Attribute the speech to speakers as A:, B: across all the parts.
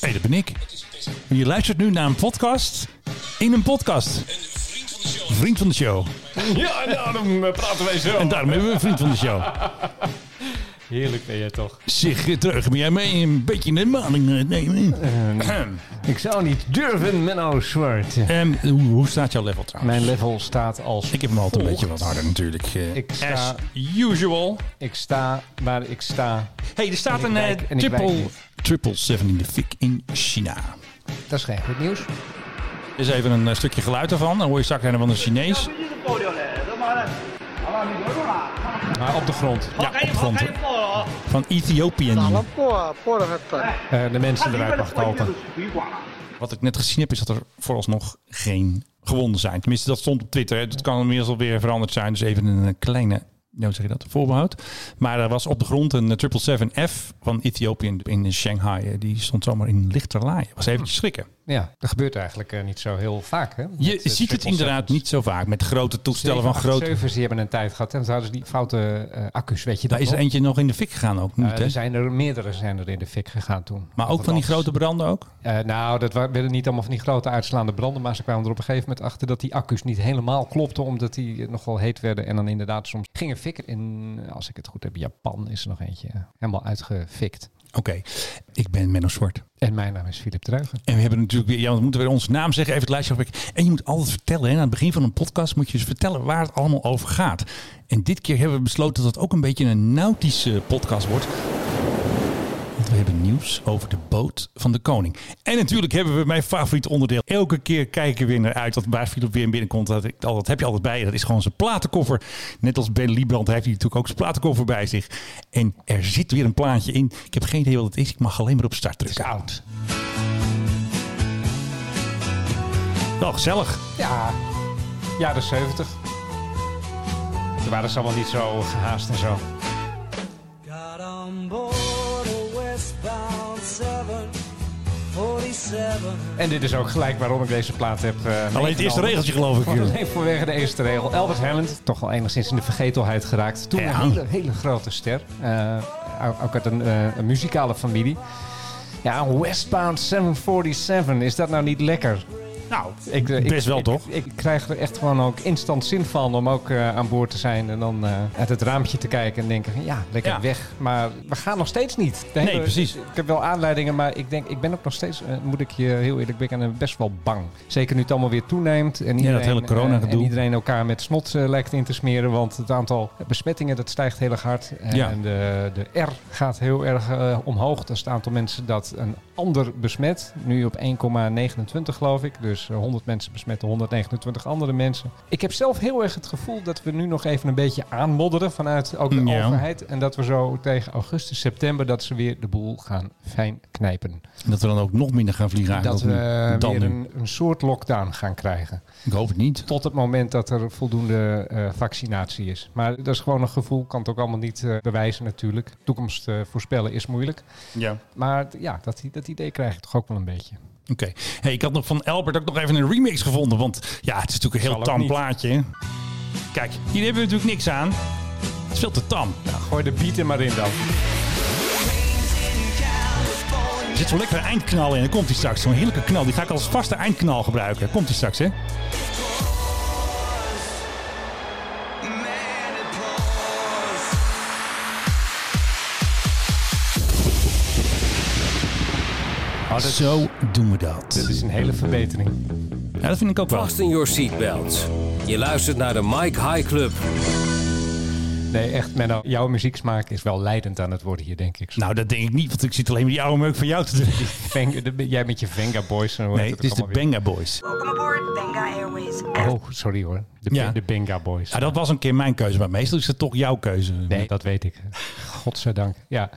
A: dat ben ik. Je luistert nu naar een podcast in een podcast. Vriend van de show.
B: Ja, en daarom eh, praten wij zo.
A: En daarom hebben we een vriend van de show.
B: Heerlijk ben jij toch.
A: Zeg, terug, ben jij mee een beetje in de maling eh, nemen?
B: Eh, Ik zou niet durven, Menno Zwart.
A: Ehm, hoe, hoe staat jouw level trouwens?
B: Mijn level staat als...
A: Ik heb hem altijd een
B: volgt.
A: beetje wat harder natuurlijk. eh,
B: Ik sta-
A: As usual.
B: Ik sta waar ik sta.
A: hey, er staat
B: En ik
A: een eh,
B: wijk- en ik wijk
A: triple,
B: niet.
A: triple seven in de fik in China.
B: Dat is geen goed nieuws.
A: Er is even een eh, stukje geluid ervan. Dan hoor je straks een van de Chinees.
C: 一直爆掉嘞，他妈的，好吧，你留住了，啊
B: Maar Ah, op de grond.
A: Ja,
C: 赶
A: op
C: 紧跑，
A: grond
C: 赶紧爆了啊！
A: van Ethiopian.
B: Eh, de mensen eruit mag helpen.
C: 水管。啊
A: Wat ik net gezien heb, is dat er vooralsnog geen gewonden zijn. Tenminste, dat stond op Twitter. Hè. Dat kan inmiddels alweer veranderd zijn. Dus even een eh, kleine, hoe zeg je dat, voorbehoud. Maar er was op de grond een eh, 777F van Ethiopië in Shanghai. eh, Die stond zomaar in lichterlaai. Was eventjes schrikken.
B: Ja, dat gebeurt eigenlijk eh, niet zo heel vaak. Hè? eh,
A: Je ziet het inderdaad niet zo vaak met grote toestellen van grote...
B: 787's die hebben een tijd gehad. En toen hadden ze die foute eh, accu's, weet je dat
A: Daar is er
B: nog?
A: eentje nog in de fik gegaan ook. Niet,
B: Eh,
A: hè?
B: er zijn er meerdere zijn er in de fik gegaan toen.
A: Maar ook van die grote branden ook?
B: Eh, nou, dat wa- werden niet allemaal van die grote uitslaande branden, maar ze kwamen er op een gegeven moment achter dat die accu's niet helemaal klopten, omdat die eh, nogal heet werden. En dan inderdaad soms gingen fikken in, als ik het goed heb, Japan is er nog eentje eh, helemaal uitgefikt.
A: Oké, ik ben Menno Zwart.
B: En mijn naam is Filip Dreugen.
A: En we hebben natuurlijk weer, ja, want we moeten weer onze naam zeggen, even het lijstje afwerken. En je moet altijd vertellen, hè, aan het begin van een podcast moet je dus vertellen waar het allemaal over gaat. En dit keer hebben we besloten dat het ook een beetje een nautische podcast wordt. Want we hebben nieuws over de boot van de koning. En natuurlijk hebben we mijn favoriet onderdeel. Elke keer kijken we weer naar uit dat waar Philip weer binnenkomt. Dat, ik- dat heb je altijd bij je. Dat is gewoon zijn platenkoffer. Net als Ben Liebrand heeft hij natuurlijk ook zijn platenkoffer bij zich. En er zit weer een plaatje in. Ik heb geen idee wat het is. Ik mag alleen maar op start drukken.
B: Koud.
A: Wel gezellig.
B: Ja, jaren 70. Toen waren ze allemaal niet zo gehaast en zo.
D: Got on board a westbound 747.
B: En dit is ook gelijk waarom ik deze plaat heb. eh,
A: Alleen het eerste
B: meegenomen.
A: regeltje geloof ik.
B: Want alleen vanwege de eerste regel. Elvis Hammond, toch al enigszins in de vergetelheid geraakt. Toen
A: Ja.
B: een hele, hele grote ster. Eh, ook uit een, eh, een muzikale familie. Ja, een Westbound 747. Is dat nou niet lekker?
A: Nou,
B: Ik, eh, ik-
A: best wel
B: ik-
A: toch?
B: Ik, krijg er echt gewoon ook instant zin van om ook eh, aan boord te zijn. En dan eh, uit het raampje te kijken en denken, ja, lekker
A: Ja.
B: weg. Maar we gaan nog steeds niet. De
A: Nee, precies.
B: Ik, heb wel aanleidingen, maar ik denk, ik ben ook nog steeds, eh, moet ik je heel eerlijk bekennen, best wel bang. Zeker nu het allemaal weer toeneemt. En iedereen,
A: hele
B: eh,
A: corona-gedoe.
B: en iedereen elkaar met snot eh, lijkt in te smeren. Want het aantal besmettingen, dat stijgt heel erg hard. En
A: Ja.
B: de, de R gaat heel erg eh, omhoog. Dat is het aantal mensen dat een ander besmet. Nu op 1,29 geloof ik. Dus eh, 100 mensen besmetten 129 andere mensen. Ik heb zelf heel erg het gevoel dat we nu nog even een beetje aanmodderen vanuit ook de
A: Mm, Ja.
B: overheid. En dat we zo tegen augustus, september, dat ze weer de boel gaan fijn knijpen.
A: Dat we dan ook nog minder gaan vliegen
B: dat
A: eigenlijk dan
B: we
A: Nou, nu. Dan
B: weer
A: nu.
B: een, een soort lockdown gaan krijgen.
A: Ik hoop het niet.
B: Tot het moment dat er voldoende eh, vaccinatie is. Maar dat is gewoon een gevoel, kan het ook allemaal niet eh, bewijzen natuurlijk. Toekomst eh, voorspellen is moeilijk.
A: Ja. Oké.
B: Maar t- ja, dat, i- dat idee krijg ik toch ook wel een beetje.
A: Hey, ik had nog van Albert ook nog even een remix gevonden. Want ja, het is natuurlijk een heel
B: Zal ook
A: tam
B: niet.
A: plaatje. hè. Kijk, hier hebben we natuurlijk niks aan. Het is veel te tam.
B: Nou, gooi de beat er maar in dan.
A: Er zit zo'n lekkere eindknal in. Dan komt hij straks. Zo'n heerlijke knal. Die ga ik als vaste eindknal gebruiken. Komt hij straks, hè? Oh, Zo doen we dat.
B: Dit is een hele verbetering.
A: Ja, dat vind ik ook wel.
E: Vast in your seatbelt. Je luistert naar de Mike High Club.
B: Nee, echt, Menno, jouw muzieksmaak is wel leidend aan het worden hier, denk ik. Zo
A: Nou, dat denk ik niet, want ik zit alleen maar die oude meuk van jou te drinken.
B: Vang- de- jij met je Venga Boys. En hoe
A: Nee,
B: heet
A: het is de
B: ook alweer?
A: Benga Boys.
F: Welcome aboard Benga Airways.
B: Oh, sorry hoor. De,
A: Ja. Ah,
B: de Benga Boys.
A: Ja, dat was een keer mijn keuze, maar meestal is het toch jouw keuze.
B: Nee, dat weet ik. Godzijdank. Ja.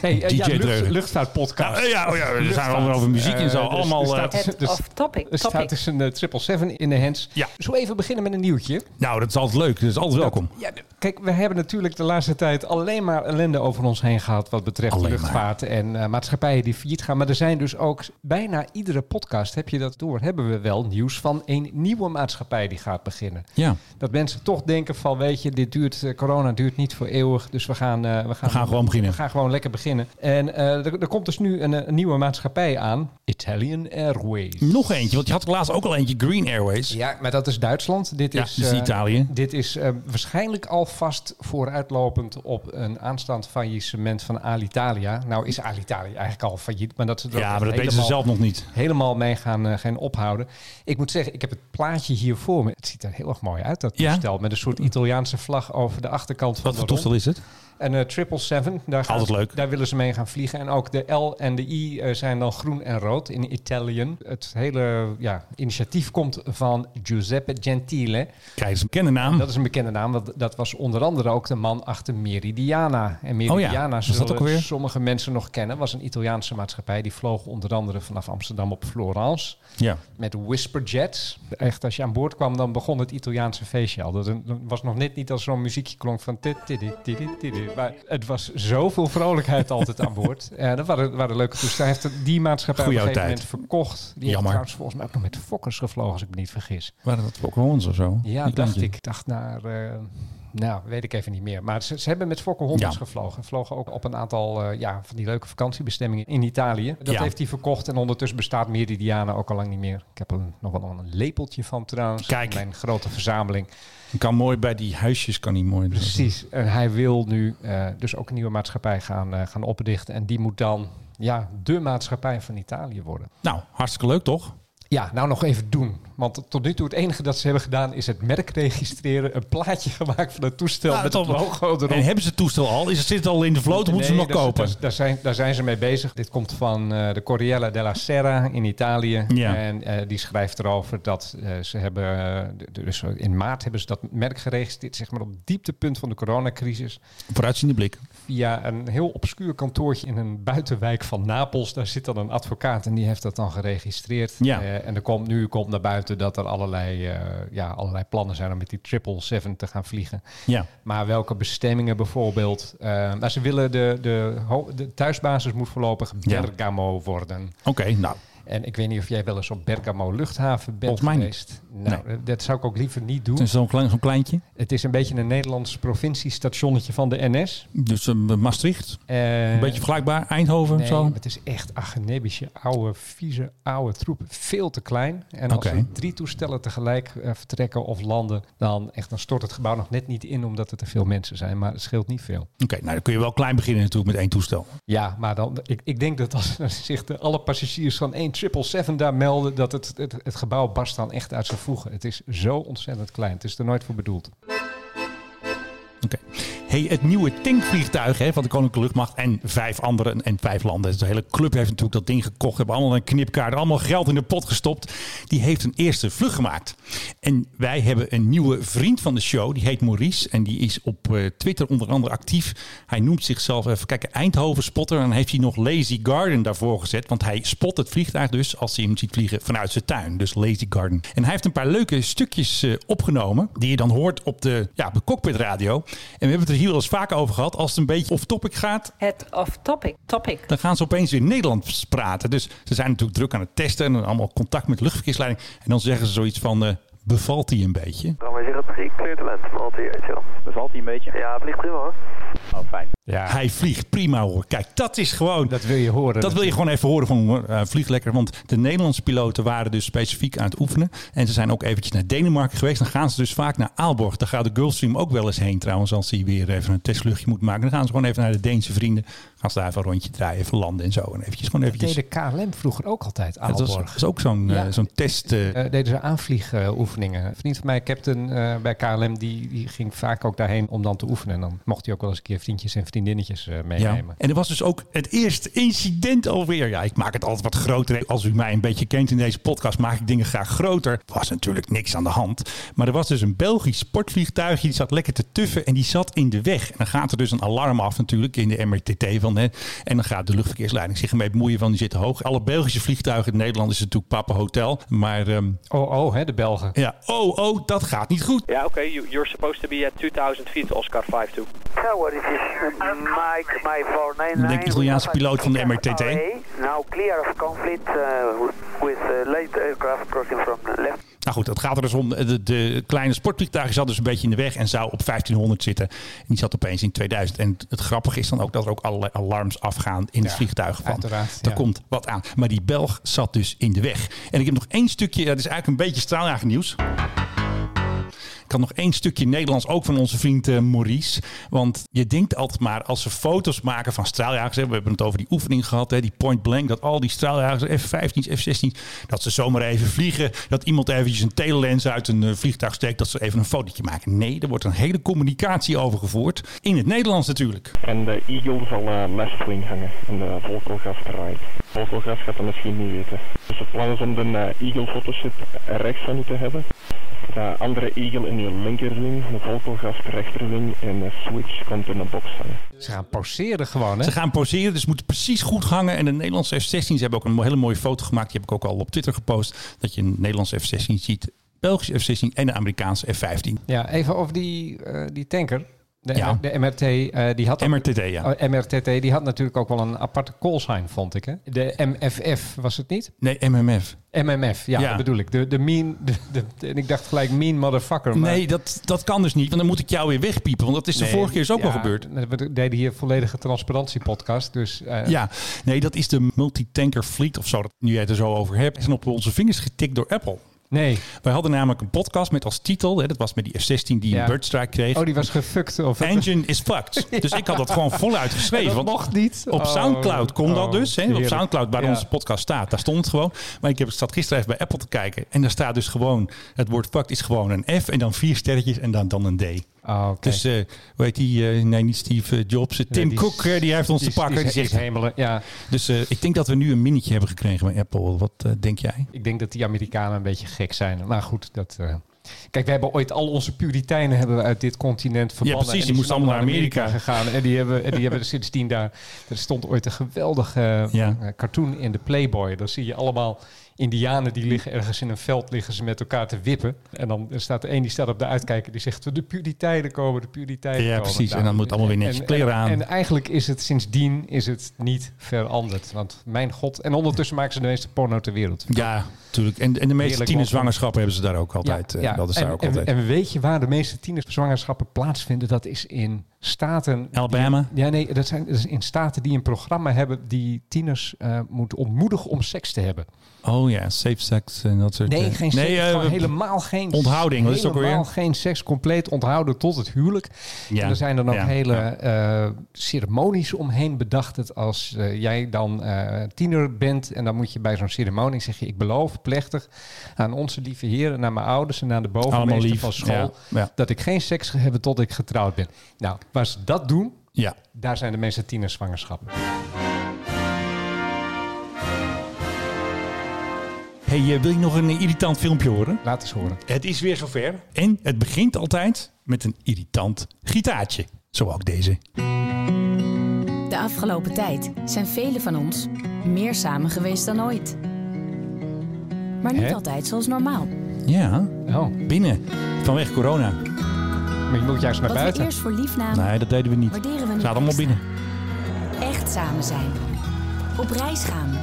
B: Hey, eh,
A: DJ
B: ja, lucht-
A: Dreugen.
B: luchtvaartpodcast.
A: Nou, eh, ja, oh ja, er zijn
B: Luchtvaart.
A: allemaal over muziek en zo.
B: Eh, dus
A: allemaal,
B: er
A: eh,
B: staat,
G: Head
B: er,
G: of topic.
B: er staat
G: topic.
B: dus een eh, 777 in de hands.
A: Ja.
B: Zo even beginnen met een nieuwtje.
A: Nou, dat is altijd leuk. Dat is altijd welkom.
B: Ja, de- kijk, we hebben natuurlijk de laatste tijd alleen maar ellende over ons heen gehad wat betreft
A: Alleen
B: luchtvaart en eh, maatschappijen die failliet gaan. Maar er zijn dus ook bijna iedere podcast, heb je dat door, hebben we wel nieuws van een nieuwe maatschappij die gaat beginnen.
A: Ja,
B: Dat mensen toch denken van, weet je, dit duurt, eh, corona duurt niet voor eeuwig, dus we gaan, eh, we gaan,
A: we gaan gewoon beginnen.
B: we gaan gewoon lekker beginnen. En eh, er, er komt dus nu een, eh, een nieuwe maatschappij aan. Italian Airways.
A: Nog eentje, want je had laatst ook al eentje, Green Airways.
B: Ja, maar dat is Duitsland. Dit
A: Ja,
B: is,
A: dit is
B: eh,
A: Italië.
B: Dit is eh, waarschijnlijk alvast vooruitlopend op een aanstaand faillissement van Alitalia. Nou is Alitalia eigenlijk al failliet, maar dat ze er
A: Ja,
B: echt
A: maar dat weten ze
B: helemaal-
A: zelf nog niet.
B: helemaal mee gaan, eh, gaan ophouden. Ik moet zeggen, ik heb het plaatje hier voor me. Het ziet er heel erg mooi uit, dat
A: Ja?
B: toestel. Met een soort Italiaanse vlag over de achterkant van
A: Wat
B: de
A: voor
B: rond.
A: toestel is het?
B: En eh 777, daar, gaan
A: Altijd
B: ze-
A: leuk.
B: daar willen ze mee gaan vliegen. En ook de L en de I eh, zijn dan groen en rood in Italië. Het hele ja, initiatief komt van Giuseppe Gentile.
A: Kijk, ze kennen naam.
B: Dat is een bekende naam, want dat was onder andere ook de man achter Meridiana. En Meridiana
A: Oh was dat
B: zullen
A: ook alweer?
B: sommige mensen nog kennen. was een Italiaanse maatschappij. Die vloog onder andere vanaf Amsterdam op Florence
A: Ja.
B: met whisperjets. Echt, als je aan boord kwam, dan begon het Italiaanse feestje al. Dat dat was nog net niet als zo'n muziekje klonk van... dit, dit, dit, dit, dit, dit, dit. Maar het was zoveel vrolijkheid altijd aan boord. Eh dat waren, waren leuke toestanden. Hij heeft die maatschappij
A: Goeie
B: op een gegeven
A: oude
B: moment verkocht. Die heeft
A: Jammer.
B: trouwens volgens mij ook nog met Fokkers gevlogen, als ik me niet vergis.
A: Waren dat Pokémon's of zo?
B: Ja,
A: Die
B: dacht
A: kleintje.
B: ik. dacht naar... eh, nou, weet ik even niet meer. Maar ze, ze hebben met Fokker Hondas
A: Ja.
B: gevlogen. Vlogen ook op een aantal eh, ja, van die leuke vakantiebestemmingen in Italië. Dat
A: Ja.
B: heeft hij verkocht. En ondertussen bestaat Meridiana ook al lang niet meer. Ik heb er nog wel een lepeltje van trouwens.
A: Kijk.
B: Mijn grote verzameling.
A: Die Kan mooi bij die huisjes, kan hij mooi.
B: Precies. En hij wil nu eh, dus ook een nieuwe maatschappij gaan, eh, gaan oprichten. En die moet dan ja, de maatschappij van Italië worden.
A: Nou, hartstikke leuk toch?
B: Ja, nou nog even doen. Want tot nu toe het enige dat ze hebben gedaan is het merk registreren. Een plaatje gemaakt van het toestel
A: Nou,
B: met
A: dat
B: het
A: al-
B: logo erop.
A: En hebben ze het toestel al? Is het, zit het al in de vloot? Moeten ze
B: Nee,
A: hem nog
B: dat-
A: kopen?
B: dat- Daar zijn, daar zijn ze mee bezig. Dit komt van eh, de Corriella della Sera in Italië.
A: Ja.
B: En eh, die schrijft erover dat eh, ze hebben... eh, d- dus in maart hebben ze dat merk geregistreerd... zeg maar op het dieptepunt van de coronacrisis.
A: Vooruitziende blik.
B: Via een heel obscuur kantoortje in een buitenwijk van Napels. Daar zit dan een advocaat en die heeft dat dan geregistreerd.
A: Ja.
B: Eh, en er komt, nu komt naar buiten dat er allerlei, eh, ja, allerlei plannen zijn... om met die 777 te gaan vliegen.
A: Ja.
B: Maar welke bestemmingen bijvoorbeeld? Eh, nou, ze willen de, de, ho- de thuisbasis moet voorlopig
A: Ja.
B: Bergamo worden.
A: Oké, nou.
B: En ik weet niet of jij wel eens op Bergamo luchthaven bent
A: Volgens mij niet.
B: geweest. Nou, dat zou ik ook liever niet doen.
A: Het is zo'n klein, zo'n kleintje.
B: Het is een beetje een Nederlands provinciestationnetje van de NS.
A: Dus eh, Maastricht.
B: Eh,
A: Een beetje vergelijkbaar. Eindhoven.
B: Nee,
A: zo.
B: het is echt agenebische, oude, vieze, oude troep. Veel te klein. En als
A: Oké.
B: er drie toestellen tegelijk eh, vertrekken of landen... Dan, echt, dan stort het gebouw nog net niet in omdat er te veel mensen zijn. Maar het scheelt niet veel.
A: Oké, nou dan kun je wel klein beginnen natuurlijk met één toestel.
B: Ja, maar dan, ik, ik denk dat als zich de, alle passagiers van 777 daar melden, dat het, het, het gebouw barst dan echt uit zijn voegen. Het is zo ontzettend klein. Het is er nooit voor bedoeld.
A: Oké. Hey, het nieuwe tankvliegtuig hè, van de Koninklijke Luchtmacht en vijf andere en vijf landen. Dus de hele club heeft natuurlijk dat ding gekocht. Hebben allemaal een knipkaart, allemaal geld in de pot gestopt. Die heeft een eerste vlucht gemaakt. En wij hebben een nieuwe vriend van de show. Die heet Maurice en die is op eh, Twitter onder andere actief. Hij noemt zichzelf, even kijken, Eindhoven spotter. En dan heeft hij nog Lazy Garden daarvoor gezet. Want hij spot het vliegtuig dus als hij hem ziet vliegen vanuit zijn tuin. Dus Lazy Garden. En hij heeft een paar leuke stukjes eh, opgenomen. Die je dan hoort op de, ja, op de cockpitradio. En we hebben het er hier wel eens vaak over gehad. Als het een beetje off-topic gaat,
G: Het off-topic. Topic.
A: dan gaan ze opeens weer Nederlands praten. Dus ze zijn natuurlijk druk aan het testen. En allemaal contact met de luchtverkeersleiding. En dan zeggen ze zoiets van... eh, Bevalt hij een beetje?
H: Kan wij zeggen, ik clear the land, valt hij, weet je wel. Bevalt hij een beetje? Ja, het ligt prima hoor. Oh, fijn.
B: Ja,
A: Hij vliegt prima hoor. Kijk, dat is gewoon.
B: dat wil je horen.
A: Dat wil je gewoon even horen van eh vlieg lekker. Want de Nederlandse piloten waren dus specifiek aan het oefenen. En ze zijn ook eventjes naar Denemarken geweest. Dan gaan ze dus vaak naar Aalborg. Daar gaat de Gulfstream ook wel eens heen trouwens. Als hij weer even een testvluchtje moet maken. Dan gaan ze gewoon even naar de Deense vrienden. Gaan ze daar even een rondje draaien, even landen en zo. En eventjes gewoon
B: Dat deed
A: eventjes...
B: de KLM vroeger ook altijd,
A: Ja, dat is,
B: Aalborg.
A: dat is ook zo'n eh,
B: Ja.
A: zo'n test. eh,
B: Eh, deden ze aanvliegoefeningen. Een vriend van mij, captain eh, bij KLM, die, die ging vaak ook daarheen om dan te oefenen. En dan mocht hij ook wel eens een keer vriendjes en vriendinnetjes eh,
A: Ja.
B: meenemen.
A: En er was dus ook het eerste incident alweer. Ja, ik maak het altijd wat groter. Als u mij een beetje kent in deze podcast, maak ik dingen graag groter. Er was natuurlijk niks aan de hand. Maar er was dus een Belgisch sportvliegtuigje. Die zat lekker te tuffen en die zat in de weg. En dan gaat er dus een alarm af natuurlijk in de MRTT. Van, hè, en dan gaat de luchtverkeersleiding zich ermee bemoeien van die zitten hoog. Alle Belgische vliegtuigen in Nederland is het natuurlijk Papa Hotel. Maar ehm,
B: Oh, oh, hè, de Belgen.
A: ja, oh, oh, dat gaat niet goed.
I: Yeah, okay, you, you're supposed to be at 2000 feet, Oscar 52.
H: So what is this? Mike, Mike 499.
A: Denk Italiaanse piloot van de MRTT.
H: Nou, Now clear of conflict eh, with eh, late aircraft crossing from left.
A: Nou goed, het gaat er dus om. De, de kleine sportvliegtuig zat dus een beetje in de weg en zou op 1500 zitten. En die zat opeens in 2000. En het, het grappige is dan ook dat er ook allerlei alarms afgaan in het vliegtuig. Van.
B: uiteraard,
A: Daar
B: ja.
A: komt wat aan. Maar die Belg zat dus in de weg. En ik heb nog één stukje, dat is eigenlijk een beetje straaljager nieuws. Ik had nog één stukje Nederlands, ook van onze vriend eh, Maurice. Want je denkt altijd maar, als ze foto's maken van straaljagers... Hè, we hebben het over die oefening gehad, hè, die point blank... dat al die straaljagers, F-15's, F-16's... dat ze zomaar even vliegen. Dat iemand eventjes een telelens uit een eh, vliegtuig steekt... dat ze even een fotootje maken. Nee, er wordt een hele communicatie over gevoerd. In het Nederlands natuurlijk.
G: En de Eagle zal eh mestling hangen en de Volkogas right. Volkogas gaat dat misschien niet weten. Dus het plan is om de eh, Eagle Photoshop rechts van u te hebben. De andere Eagle in uw linkerwing, de Volkogas rechterwing en de Switch komt in de box hangen.
B: Ze gaan pauzeren gewoon, hè?
A: Ze gaan poseren, dus moeten precies goed hangen. En de Nederlandse F-16's hebben ook een hele mooie foto gemaakt. Die heb ik ook al op Twitter gepost. Dat je een Nederlandse F-16 ziet, Belgische F-16 en de Amerikaanse F-15.
B: Ja, even over die, eh, die tanker. De,
A: Ja.
B: de MRT, eh, die had...
A: MRTD, ja.
B: Oh, MRTT, die had natuurlijk ook wel een aparte callsign, vond ik. Hè? De MFF, was het niet?
A: Nee, MMF.
B: MMF, ja,
A: Ja.
B: dat bedoel ik. De, de mean... de- de- en ik dacht gelijk mean motherfucker. Maar
A: Nee, dat, dat kan dus niet, want dan moet ik jou weer wegpiepen. Want dat is de
B: Nee,
A: vorige keer dus ook al
B: ja,
A: gebeurd.
B: We deden hier volledige transparantie-podcast, dus... eh,
A: Ja, nee, dat is de multitanker fleet of zo, dat nu jij het er zo over hebt. Is op onze vingers getikt door Apple.
B: Nee.
A: Wij hadden namelijk een podcast met als titel, hè, dat was met die F-16 die
B: Ja.
A: een birdstrike kreeg.
B: Oh, die was gefukt. Of...
A: Engine is fucked. Dus ik had dat gewoon voluit geschreven.
B: Dat
A: want
B: mocht niet.
A: Op
B: Oh,
A: Soundcloud kon
B: oh,
A: dat dus. Hè? Op
B: heerlijk.
A: Soundcloud, waar
B: Ja.
A: onze podcast staat, daar stond het gewoon. Maar ik heb, zat gisteren even bij Apple te kijken. En daar staat dus gewoon, het woord fucked is gewoon een F en dan vier sterretjes en dan, dan een D.
B: Oh, oké.
A: Dus, eh hoe heet die? eh, nee, niet Steve eh, Jobs. Eh, Tim
B: die is-
A: Cook, eh, die heeft ons
B: Die is-
A: te pakken.
B: die is-
A: Die
B: is
A: zegt-
B: hemelen, ja.
A: dus eh, ik denk dat we nu een minnetje hebben gekregen bij Apple. Wat eh, denk jij?
B: Ik denk dat die Amerikanen een beetje gek zijn. Maar goed, dat... eh, Kijk, we hebben ooit al onze Puritijnen hebben we uit dit continent verbannen.
A: Ja, precies,
B: En
A: die moesten
B: zijn
A: allemaal naar
B: gegaan. En die hebben, en die hebben sindsdien daar... Er stond ooit een geweldige eh,
A: Ja.
B: eh, cartoon in de Playboy. Dan zie je allemaal indianen die liggen ergens in een veld liggen ze met elkaar te wippen. En dan staat er een die staat op de uitkijker die zegt... De Puritijnen komen, de Puritijnen
A: Ja,
B: komen.
A: precies.
B: Nou,
A: En dan moet allemaal weer netjes
B: en-
A: kleren
B: en-
A: aan.
B: En eigenlijk is het sindsdien is het niet veranderd. Want mijn god. En ondertussen maken ze de meeste porno ter wereld.
A: Ja, natuurlijk. En, en de meeste
B: Heerlijk
A: tienerzwangerschappen hebben ze daar ook altijd. eh, Dat is
B: en,
A: daar ook
B: en-
A: altijd.
B: en weet je waar de meeste tienerzwangerschappen plaatsvinden? Dat is in staten.
A: Alabama?
B: Ja, nee, dat, zijn, dat is in staten die een programma hebben die tieners eh moet ontmoedigen om seks te hebben.
A: Oh ja, safe sex en dat soort
B: Nee,
A: eh,
B: geen seks.
A: eh,
B: gewoon
A: we-
B: helemaal geen
A: onthouding, wat is het ook
B: Helemaal
A: alweer?
B: geen seks. Compleet onthouden tot het huwelijk.
A: Ja,
B: En er zijn dan ook
A: ja,
B: hele
A: ja.
B: eh, ceremonies omheen bedacht. Dat als eh, jij dan eh, tiener bent en dan moet je bij zo'n ceremonie zeggen... ik beloof plechtig aan onze lieve heren, naar mijn ouders... en aan de
A: Allemaal
B: bovenmeester
A: lief,
B: van school...
A: ja, ja.
B: dat ik geen seks ga hebben tot ik getrouwd ben. Nou, waar ze dat doen,
A: Ja.
B: daar zijn de meeste tienerzwangerschappen.
A: Hey, eh, wil je nog een irritant filmpje horen?
B: Laat eens horen.
A: Het is weer zover. En het begint altijd met een irritant gitaartje. Zo ook deze.
J: De afgelopen tijd zijn velen van ons meer samen geweest dan ooit. Maar niet
B: Hè?
J: altijd zoals normaal.
A: Ja,
B: Oh,
A: binnen. Vanwege corona.
B: maar je moet juist naar
J: Wat we
B: buiten.
J: eerst voor lief namen,
A: Nee, dat deden we niet.
J: waarderen we
A: We
J: nu
A: zaten allemaal
J: extra.
A: binnen.
B: Nou
J: echt samen zijn. Op reis gaan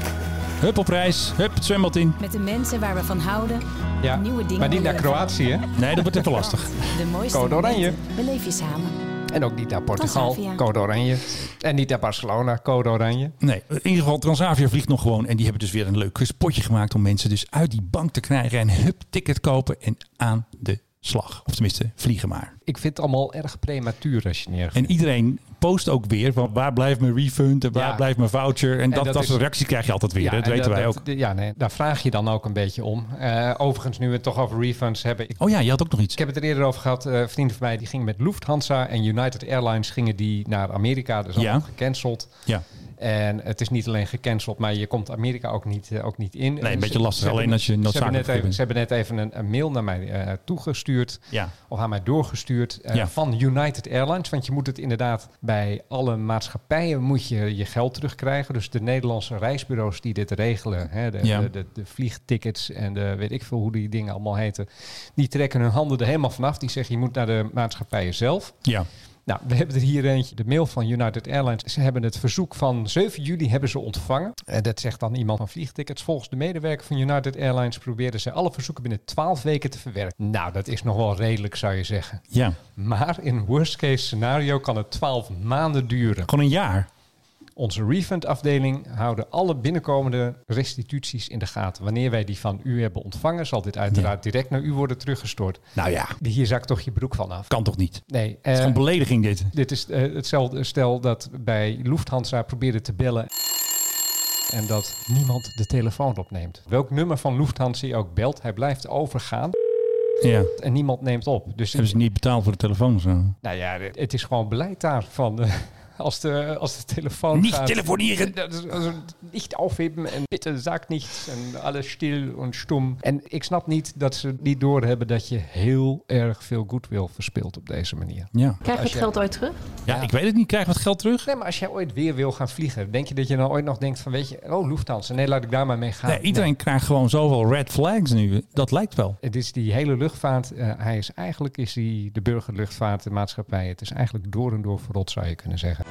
A: Hup op reis. Hup het zwembad in.
J: met de mensen waar we van houden.
B: Ja.
J: Nieuwe dingen
B: Maar niet naar
J: leren.
B: Kroatië, hè?
A: Nee, dat wordt even lastig.
J: De mooiste
B: Code
J: momenten
B: Oranje.
J: beleef je samen.
B: En ook niet naar Portugal,
J: Transavia.
B: code oranje. En niet naar Barcelona, code oranje.
A: Nee, in ieder geval Transavia vliegt nog gewoon. En die hebben dus weer een leuk spotje gemaakt om mensen dus uit die bank te krijgen. En hup, ticket kopen en aan de slag. Of tenminste, vliegen maar.
B: Ik vind het allemaal erg prematuur als je neer.
A: En iedereen post ook weer van waar blijft mijn refund en waar
B: Ja.
A: blijft mijn voucher. En, dat,
B: dat
A: dat
B: is-
A: soort reacties krijg je altijd weer. dat
B: en
A: weten wij ook.
B: Ja, nee, daar vraag je dan ook een beetje om. Eh, overigens, nu we het toch over refunds hebben. Ik,
A: Oh ja, je had ook nog iets.
B: ik heb het er eerder over gehad. Eh vrienden van mij die gingen met Lufthansa en United Airlines gingen die naar Amerika. Dus allemaal
A: Ja.
B: gecanceld.
A: Ja.
B: En het is niet alleen gecanceld, maar je komt Amerika ook niet, eh, ook niet in.
A: een
B: En
A: beetje
B: ze-
A: lastig,
B: ze hebben
A: alleen als je
B: net- ze
A: noodzakelijk
B: hebben, net even,
A: bent.
B: ze hebben net even een, een mail naar mij eh, toegestuurd.
A: Ja.
B: of aan mij doorgestuurd eh,
A: Ja.
B: van United Airlines. Want je moet het inderdaad bij alle maatschappijen moet je je geld terugkrijgen. Dus de Nederlandse reisbureaus die dit regelen, hè, de,
A: Ja.
B: de, de, de vliegtickets en de weet ik veel hoe die dingen allemaal heten, die trekken hun handen er helemaal vanaf. Die zeggen je moet naar de maatschappijen zelf.
A: Ja.
B: Nou, we hebben er hier eentje, de mail van United Airlines. Ze hebben het verzoek van 7 juli hebben ze ontvangen. En dat zegt dan iemand van vliegtickets. Volgens de medewerker van United Airlines probeerden ze alle verzoeken binnen 12 weken te verwerken. Nou, dat is nog wel redelijk, zou je zeggen.
A: Ja,
B: Maar in worst case scenario kan het 12 maanden duren.
A: gewoon een jaar.
B: Onze refundafdeling houden alle binnenkomende restituties in de gaten. Wanneer wij die van u hebben ontvangen, zal dit uiteraard direct naar u worden teruggestort.
A: Nou ja,
B: Hier zak toch je broek van af.
A: kan toch niet? Het
B: Nee,
A: is
B: eh,
A: gewoon belediging dit.
B: dit is eh, hetzelfde stel dat bij Lufthansa probeerde te bellen. En dat niemand de telefoon opneemt. Welk nummer van Lufthansa je ook belt, hij blijft overgaan
A: Ja.
B: en niemand neemt op. Dus
A: Hebben ze niet betaald voor de telefoon of zo?
B: nou ja, het is gewoon beleid daarvan. eh, Als de, als de telefoon
A: Niet
B: gaat,
A: telefoneren!
B: Dat is also nicht aufheben en bitte sag niets en alles stil en stom. En ik snap niet dat ze niet doorhebben dat je heel erg veel goodwill verspilt op deze manier.
A: Ja.
K: Krijg je het geld ooit terug?
A: ja, ik weet het niet. Krijgen we het geld terug?
B: Nee, maar als jij ooit weer wil gaan vliegen, denk je dat je nou ooit nog denkt van, weet je, oh Lufthansa, nee, laat ik daar maar mee gaan.
A: Nee, iedereen krijgt gewoon zoveel red flags nu. Dat lijkt wel.
B: Het is die hele luchtvaart, eh, hij is eigenlijk is die, de burgerluchtvaart, de maatschappij, het is eigenlijk door en door verrot zou je kunnen zeggen.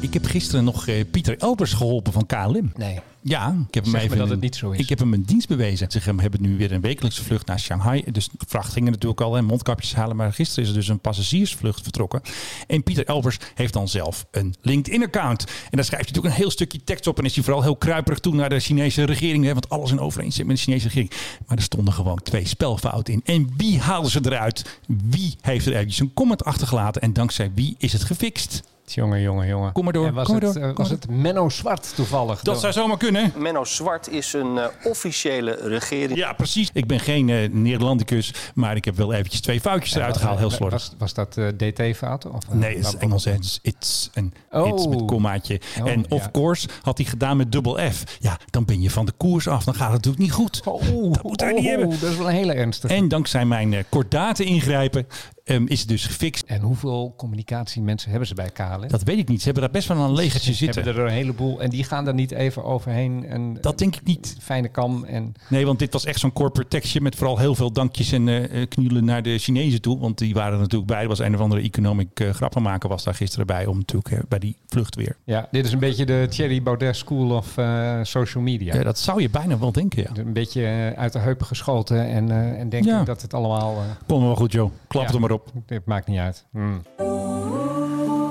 A: Ik heb gisteren nog eh, Pieter Elbers geholpen van KLM.
B: Nee.
A: Ja, ik heb hem
B: Zeg me
A: even
B: dat
A: een-
B: het niet zo is.
A: Ik heb hem een dienst bewezen. Ze gaan- hebben nu weer een wekelijkse vlucht naar Shanghai. Dus de vracht ging er natuurlijk al en mondkapjes halen. Maar gisteren is er dus een passagiersvlucht vertrokken. En Pieter Elbers heeft dan zelf een LinkedIn-account. En daar schrijft hij natuurlijk een heel stukje tekst op. En is hij vooral heel kruiperig toe naar de Chinese regering. Hè, want alles in overeenstemming met de Chinese regering. Maar er stonden gewoon twee spelfouten in. En wie haalden ze eruit? Wie heeft er eventjes een comment achtergelaten? En dankzij wie is het gefixt?
B: Jongen, jongen, jongen.
A: Kom maar door,
B: En was,
A: kom maar
B: het,
A: door,
B: eh,
A: kom
B: was
A: maar
B: het Menno Zwart toevallig?
A: Dat zou zomaar kunnen.
L: Menno Zwart is een eh, officiële regering.
A: Ja, precies. Ik ben geen eh, Nederlandicus, maar ik heb wel eventjes twee foutjes eruit gehaald. Heel slordig.
B: Eh, Was, was dat eh, DT-vaten? Of, eh,
A: Nee, het is
B: waar-
A: Engels. hè. Het is it's en
B: Oh.
A: it's met kommaatje.
B: Oh,
A: en of
B: ja.
A: course had hij gedaan met dubbel F. Ja, dan ben je van de koers af. Dan gaat het natuurlijk niet goed.
B: Oh,
A: Dat moet hij niet
B: oh,
A: hebben.
B: Dat is wel een hele ernstige. En,
A: En dankzij mijn eh, kordate ingrijpen ehm, is het dus gefixt.
B: hoeveel communicatiemensen hebben ze bij KLM?
A: Dat weet ik niet. Ze hebben daar best wel een legertje zitten.
B: Hebben er een heleboel. En die gaan daar niet even overheen. En
A: Dat denk ik niet.
B: fijne kam. En
A: Nee, want dit was echt zo'n corporate tekstje met vooral heel veel dankjes en eh, eh, knielen naar de Chinezen toe. Want die waren er natuurlijk bij. Er was een of andere economic eh, grappenmaker was daar gisteren bij. Om natuurlijk eh, bij die vlucht weer.
B: ja, dit is een beetje de Thierry Baudet School of eh, Social Media.
A: Ja, dat zou je bijna wel denken, ja.
B: Een beetje eh, uit de heupen geschoten. En, eh, en denken
A: Ja.
B: dat het allemaal... eh,
A: Komt wel goed, joh. Klap
B: Ja.
A: het er maar op.
B: dit maakt niet uit. Hmm.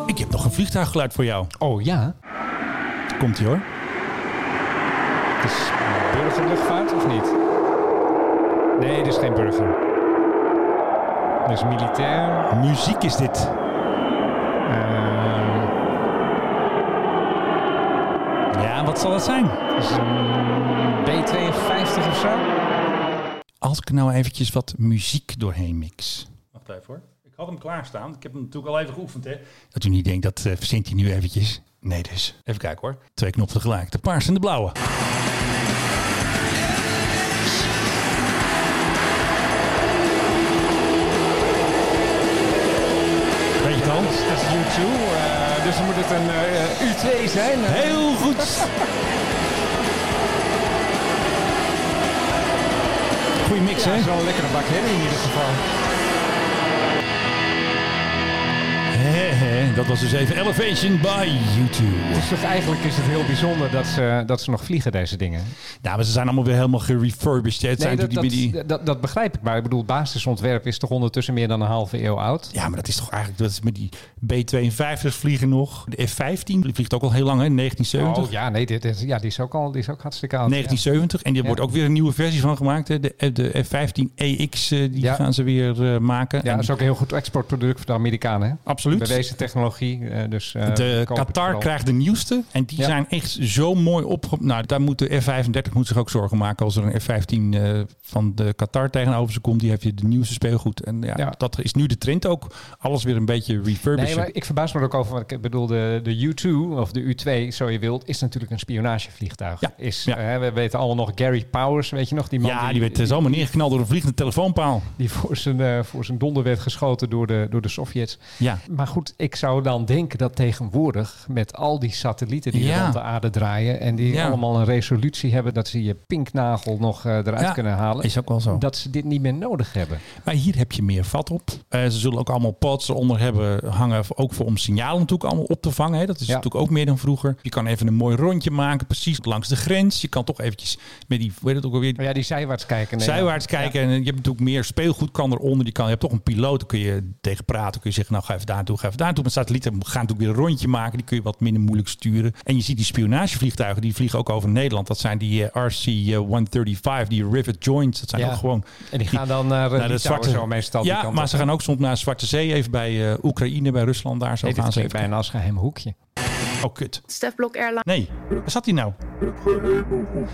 A: Ik heb nog een vliegtuiggeluid voor jou.
B: Oh ja?
A: Komt ie hoor.
B: Het is burgerluchtvaart of niet? Nee, dit is geen burger. Dit is militair.
A: Muziek is dit.
B: Eh,
A: Ja, wat zal dat zijn?
B: is een B52 of zo?
A: Als ik er nou eventjes wat muziek doorheen mix. Wacht even hoor. Ik had hem klaarstaan. Ik heb hem natuurlijk al even geoefend, hè. Dat u niet denkt, dat eh, verzint hij nu eventjes. Nee dus. Even kijken hoor. Twee knoppen tegelijk. De paarse en de blauwe. Weet je het al?
B: Dat is U2, eh, dus dan moet het een eh, U2 zijn. eh.
A: Heel goed. Goeie mix,
B: Ja,
A: hè?
B: is wel een lekkere bak herrie in ieder geval.
A: Hè, hè. Dat was dus even Elevation by YouTube.
B: Dus toch eigenlijk is het heel bijzonder dat ze, dat ze nog vliegen, deze dingen.
A: Nou, maar ze zijn allemaal weer helemaal gerefurbished. hè. Het zijn
B: dat, eh,
A: natuurlijk die, die-
B: dat, dat, dat begrijp ik, maar ik bedoel, basisontwerp is toch ondertussen meer dan een halve eeuw oud?
A: Ja, maar dat is toch eigenlijk... Dat is met die B-52 vliegen nog. De F-15 die vliegt ook al heel lang, hè? 1970.
B: Oh ja, nee, dit, dit- ja, die, is ook al, die is ook hartstikke oud.
A: 1970. En er wordt ook weer een nieuwe versie van gemaakt. Hè? De, de F-15EX, eh, die
B: Ja.
A: gaan ze weer eh, maken.
B: Ja,
A: En-
B: dat is ook een heel goed exportproduct voor de Amerikanen. Hè?
A: absoluut.
B: Bewezen technologie. eh, dus, eh,
A: De
B: koop het
A: Qatar
B: vooral.
A: krijgt de nieuwste. En die
B: Ja.
A: zijn echt zo mooi opge... Nou, daar moet de F-35 moet zich ook zorgen maken. Als er een F-15 eh, van de Qatar tegenover ze komt, die heeft je de nieuwste speelgoed. En ja,
B: Ja.
A: dat is nu de trend ook. Alles weer een beetje refurbished.
B: Nee, maar ik verbaas me er ook over. Want ik bedoel, de, de U2, of de U2, zo je wilt, is natuurlijk een spionagevliegtuig.
A: Ja,
B: Is,
A: ja.
B: eh, we weten allemaal nog Gary Powers, weet je nog? Die man
A: ja,
B: die,
A: die, werd eh, zomaar neergeknald door een vliegende telefoonpaal.
B: die voor, zijn, eh, voor zijn donder werd geschoten door de, door de Sovjets.
A: Ja.
B: Maar goed, ik zou dan denken dat tegenwoordig met al die satellieten die
A: Ja.
B: rond de aarde draaien en die
A: Ja.
B: allemaal een resolutie hebben dat ze je pinknagel nog eh, eruit
A: Ja,
B: kunnen halen.
A: is ook wel zo.
B: Dat ze dit niet meer nodig hebben.
A: Maar hier heb je meer vat op. Eh, ze zullen ook allemaal pods eronder hebben hangen. Ook voor om signalen natuurlijk allemaal op te vangen. Hè. Dat is natuurlijk ook meer dan vroeger. Je kan even een mooi rondje maken, precies langs de grens. Je kan toch eventjes met die, hoe heet het ook alweer?
B: Ja, die zijwaarts kijken. nee,
A: Zijwaarts
B: ja.
A: kijken. En je hebt natuurlijk meer speelgoed kan eronder. Die kan, je hebt toch een piloot, daar kun je tegen praten. Kun je zeggen, nou ga even daartoe, ga even daartoe. Met satellieten gaan natuurlijk weer een rondje maken. Die kun je wat minder moeilijk sturen. En je ziet die spionagevliegtuigen, die vliegen ook over Nederland. Dat zijn die eh, RC-135, die Rivet Joints. Dat zijn
B: Ja.
A: ook gewoon...
B: En die gaan dan naar, eh,
A: Naar de
B: Litouwen
A: zwarte
B: zo meestal die
A: Ja,
B: kant
A: maar
B: op.
A: ze gaan ook soms naar de Zwarte Zee, even bij eh, Oekraïne, bij Rusland daar zo
B: Nee, dit
A: gaan ze
B: klinkt
A: even.
B: bijna als geheim hoekje.
A: Oh, kut.
K: Stef Blok Airline.
A: Nee, waar zat hij nou?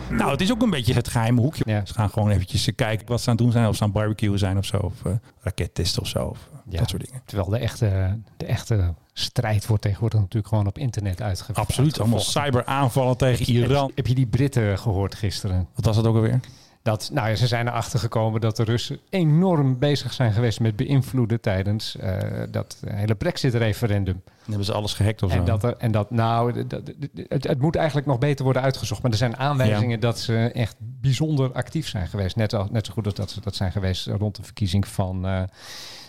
A: Nou, het is ook een beetje het geheime hoekje. Ze gaan gewoon eventjes eh, kijken wat ze aan het doen zijn. Of ze aan het barbecue zijn of zo. Of eh, rakettesten of zo. Of, eh, Dat soort dingen.
B: Terwijl de echte, de echte strijd wordt tegenwoordig natuurlijk gewoon op internet uitgevoerd.
A: Absoluut. Allemaal cyberaanvallen tegen Iran.
B: Heb je die Britten gehoord gisteren?
A: Wat was dat ook alweer?
B: Dat, nou ja, ze zijn erachter gekomen dat de Russen enorm bezig zijn geweest met beïnvloeden tijdens eh, dat hele Brexit-referendum.
A: hebben ze alles gehackt of
B: en
A: zo.
B: Dat er, en dat, nou, d- d- d- het, het moet eigenlijk nog beter worden uitgezocht. Maar er zijn aanwijzingen
A: Ja.
B: dat ze echt bijzonder actief zijn geweest. Net, al, net zo goed als dat ze dat zijn geweest rond de verkiezing van eh,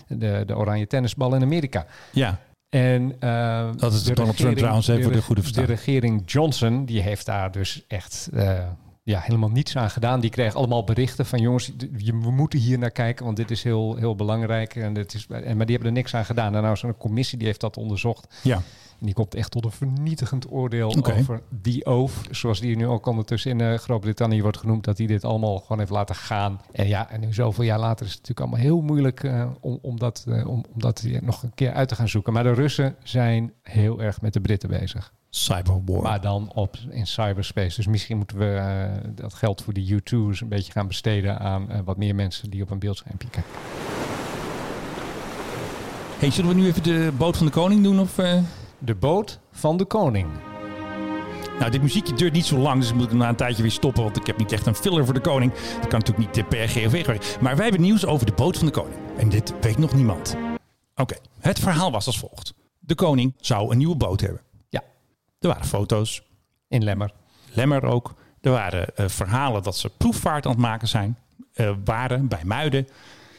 B: de, de oranje tennisbal in Amerika.
A: Ja.
B: En, eh,
A: Dat is
B: de
A: Donald Trump
B: regering-
A: trouwens, hè, voor de
B: reg-
A: goede verstand.
B: De regering Johnson, die heeft daar dus echt eh, ja, helemaal niets aan gedaan. Die kreeg allemaal berichten van jongens, d- je, we moeten hier naar kijken, want dit is heel, heel belangrijk. En dit is, en, maar die hebben er niks aan gedaan. En nou, zo'n commissie die heeft dat onderzocht.
A: Ja.
B: En die komt echt tot een vernietigend oordeel
A: Oké.
B: over die oof, zoals die nu ook ondertussen in eh, Groot-Brittannië wordt genoemd, dat hij dit allemaal gewoon heeft laten gaan. En ja, en nu zoveel jaar later is het natuurlijk allemaal heel moeilijk eh, om, om, dat, eh, om, om dat hier nog een keer uit te gaan zoeken. Maar de Russen zijn heel erg met de Britten bezig.
A: Cyberwar.
B: Maar dan op, in cyberspace. Dus misschien moeten we eh, dat geld voor die U2's een beetje gaan besteden aan eh, wat meer mensen die op een beeldschermpje kijken.
A: Hey, zullen we nu even de boot van de koning doen? Of, eh,
B: De boot van de koning.
A: Nou, dit muziekje duurt niet zo lang, dus moet ik hem na een tijdje weer stoppen. Want ik heb niet echt een filler voor de koning. Dat kan natuurlijk niet eh, per GOV geweest. Maar wij hebben nieuws over de boot van de koning. En dit weet nog niemand. Oké, het verhaal was als volgt. De koning zou een nieuwe boot hebben.
B: Ja.
A: Er waren foto's.
B: In Lemmer.
A: Lemmer ook. Er waren eh, verhalen dat ze proefvaart aan het maken zijn. eh, waren bij Muiden.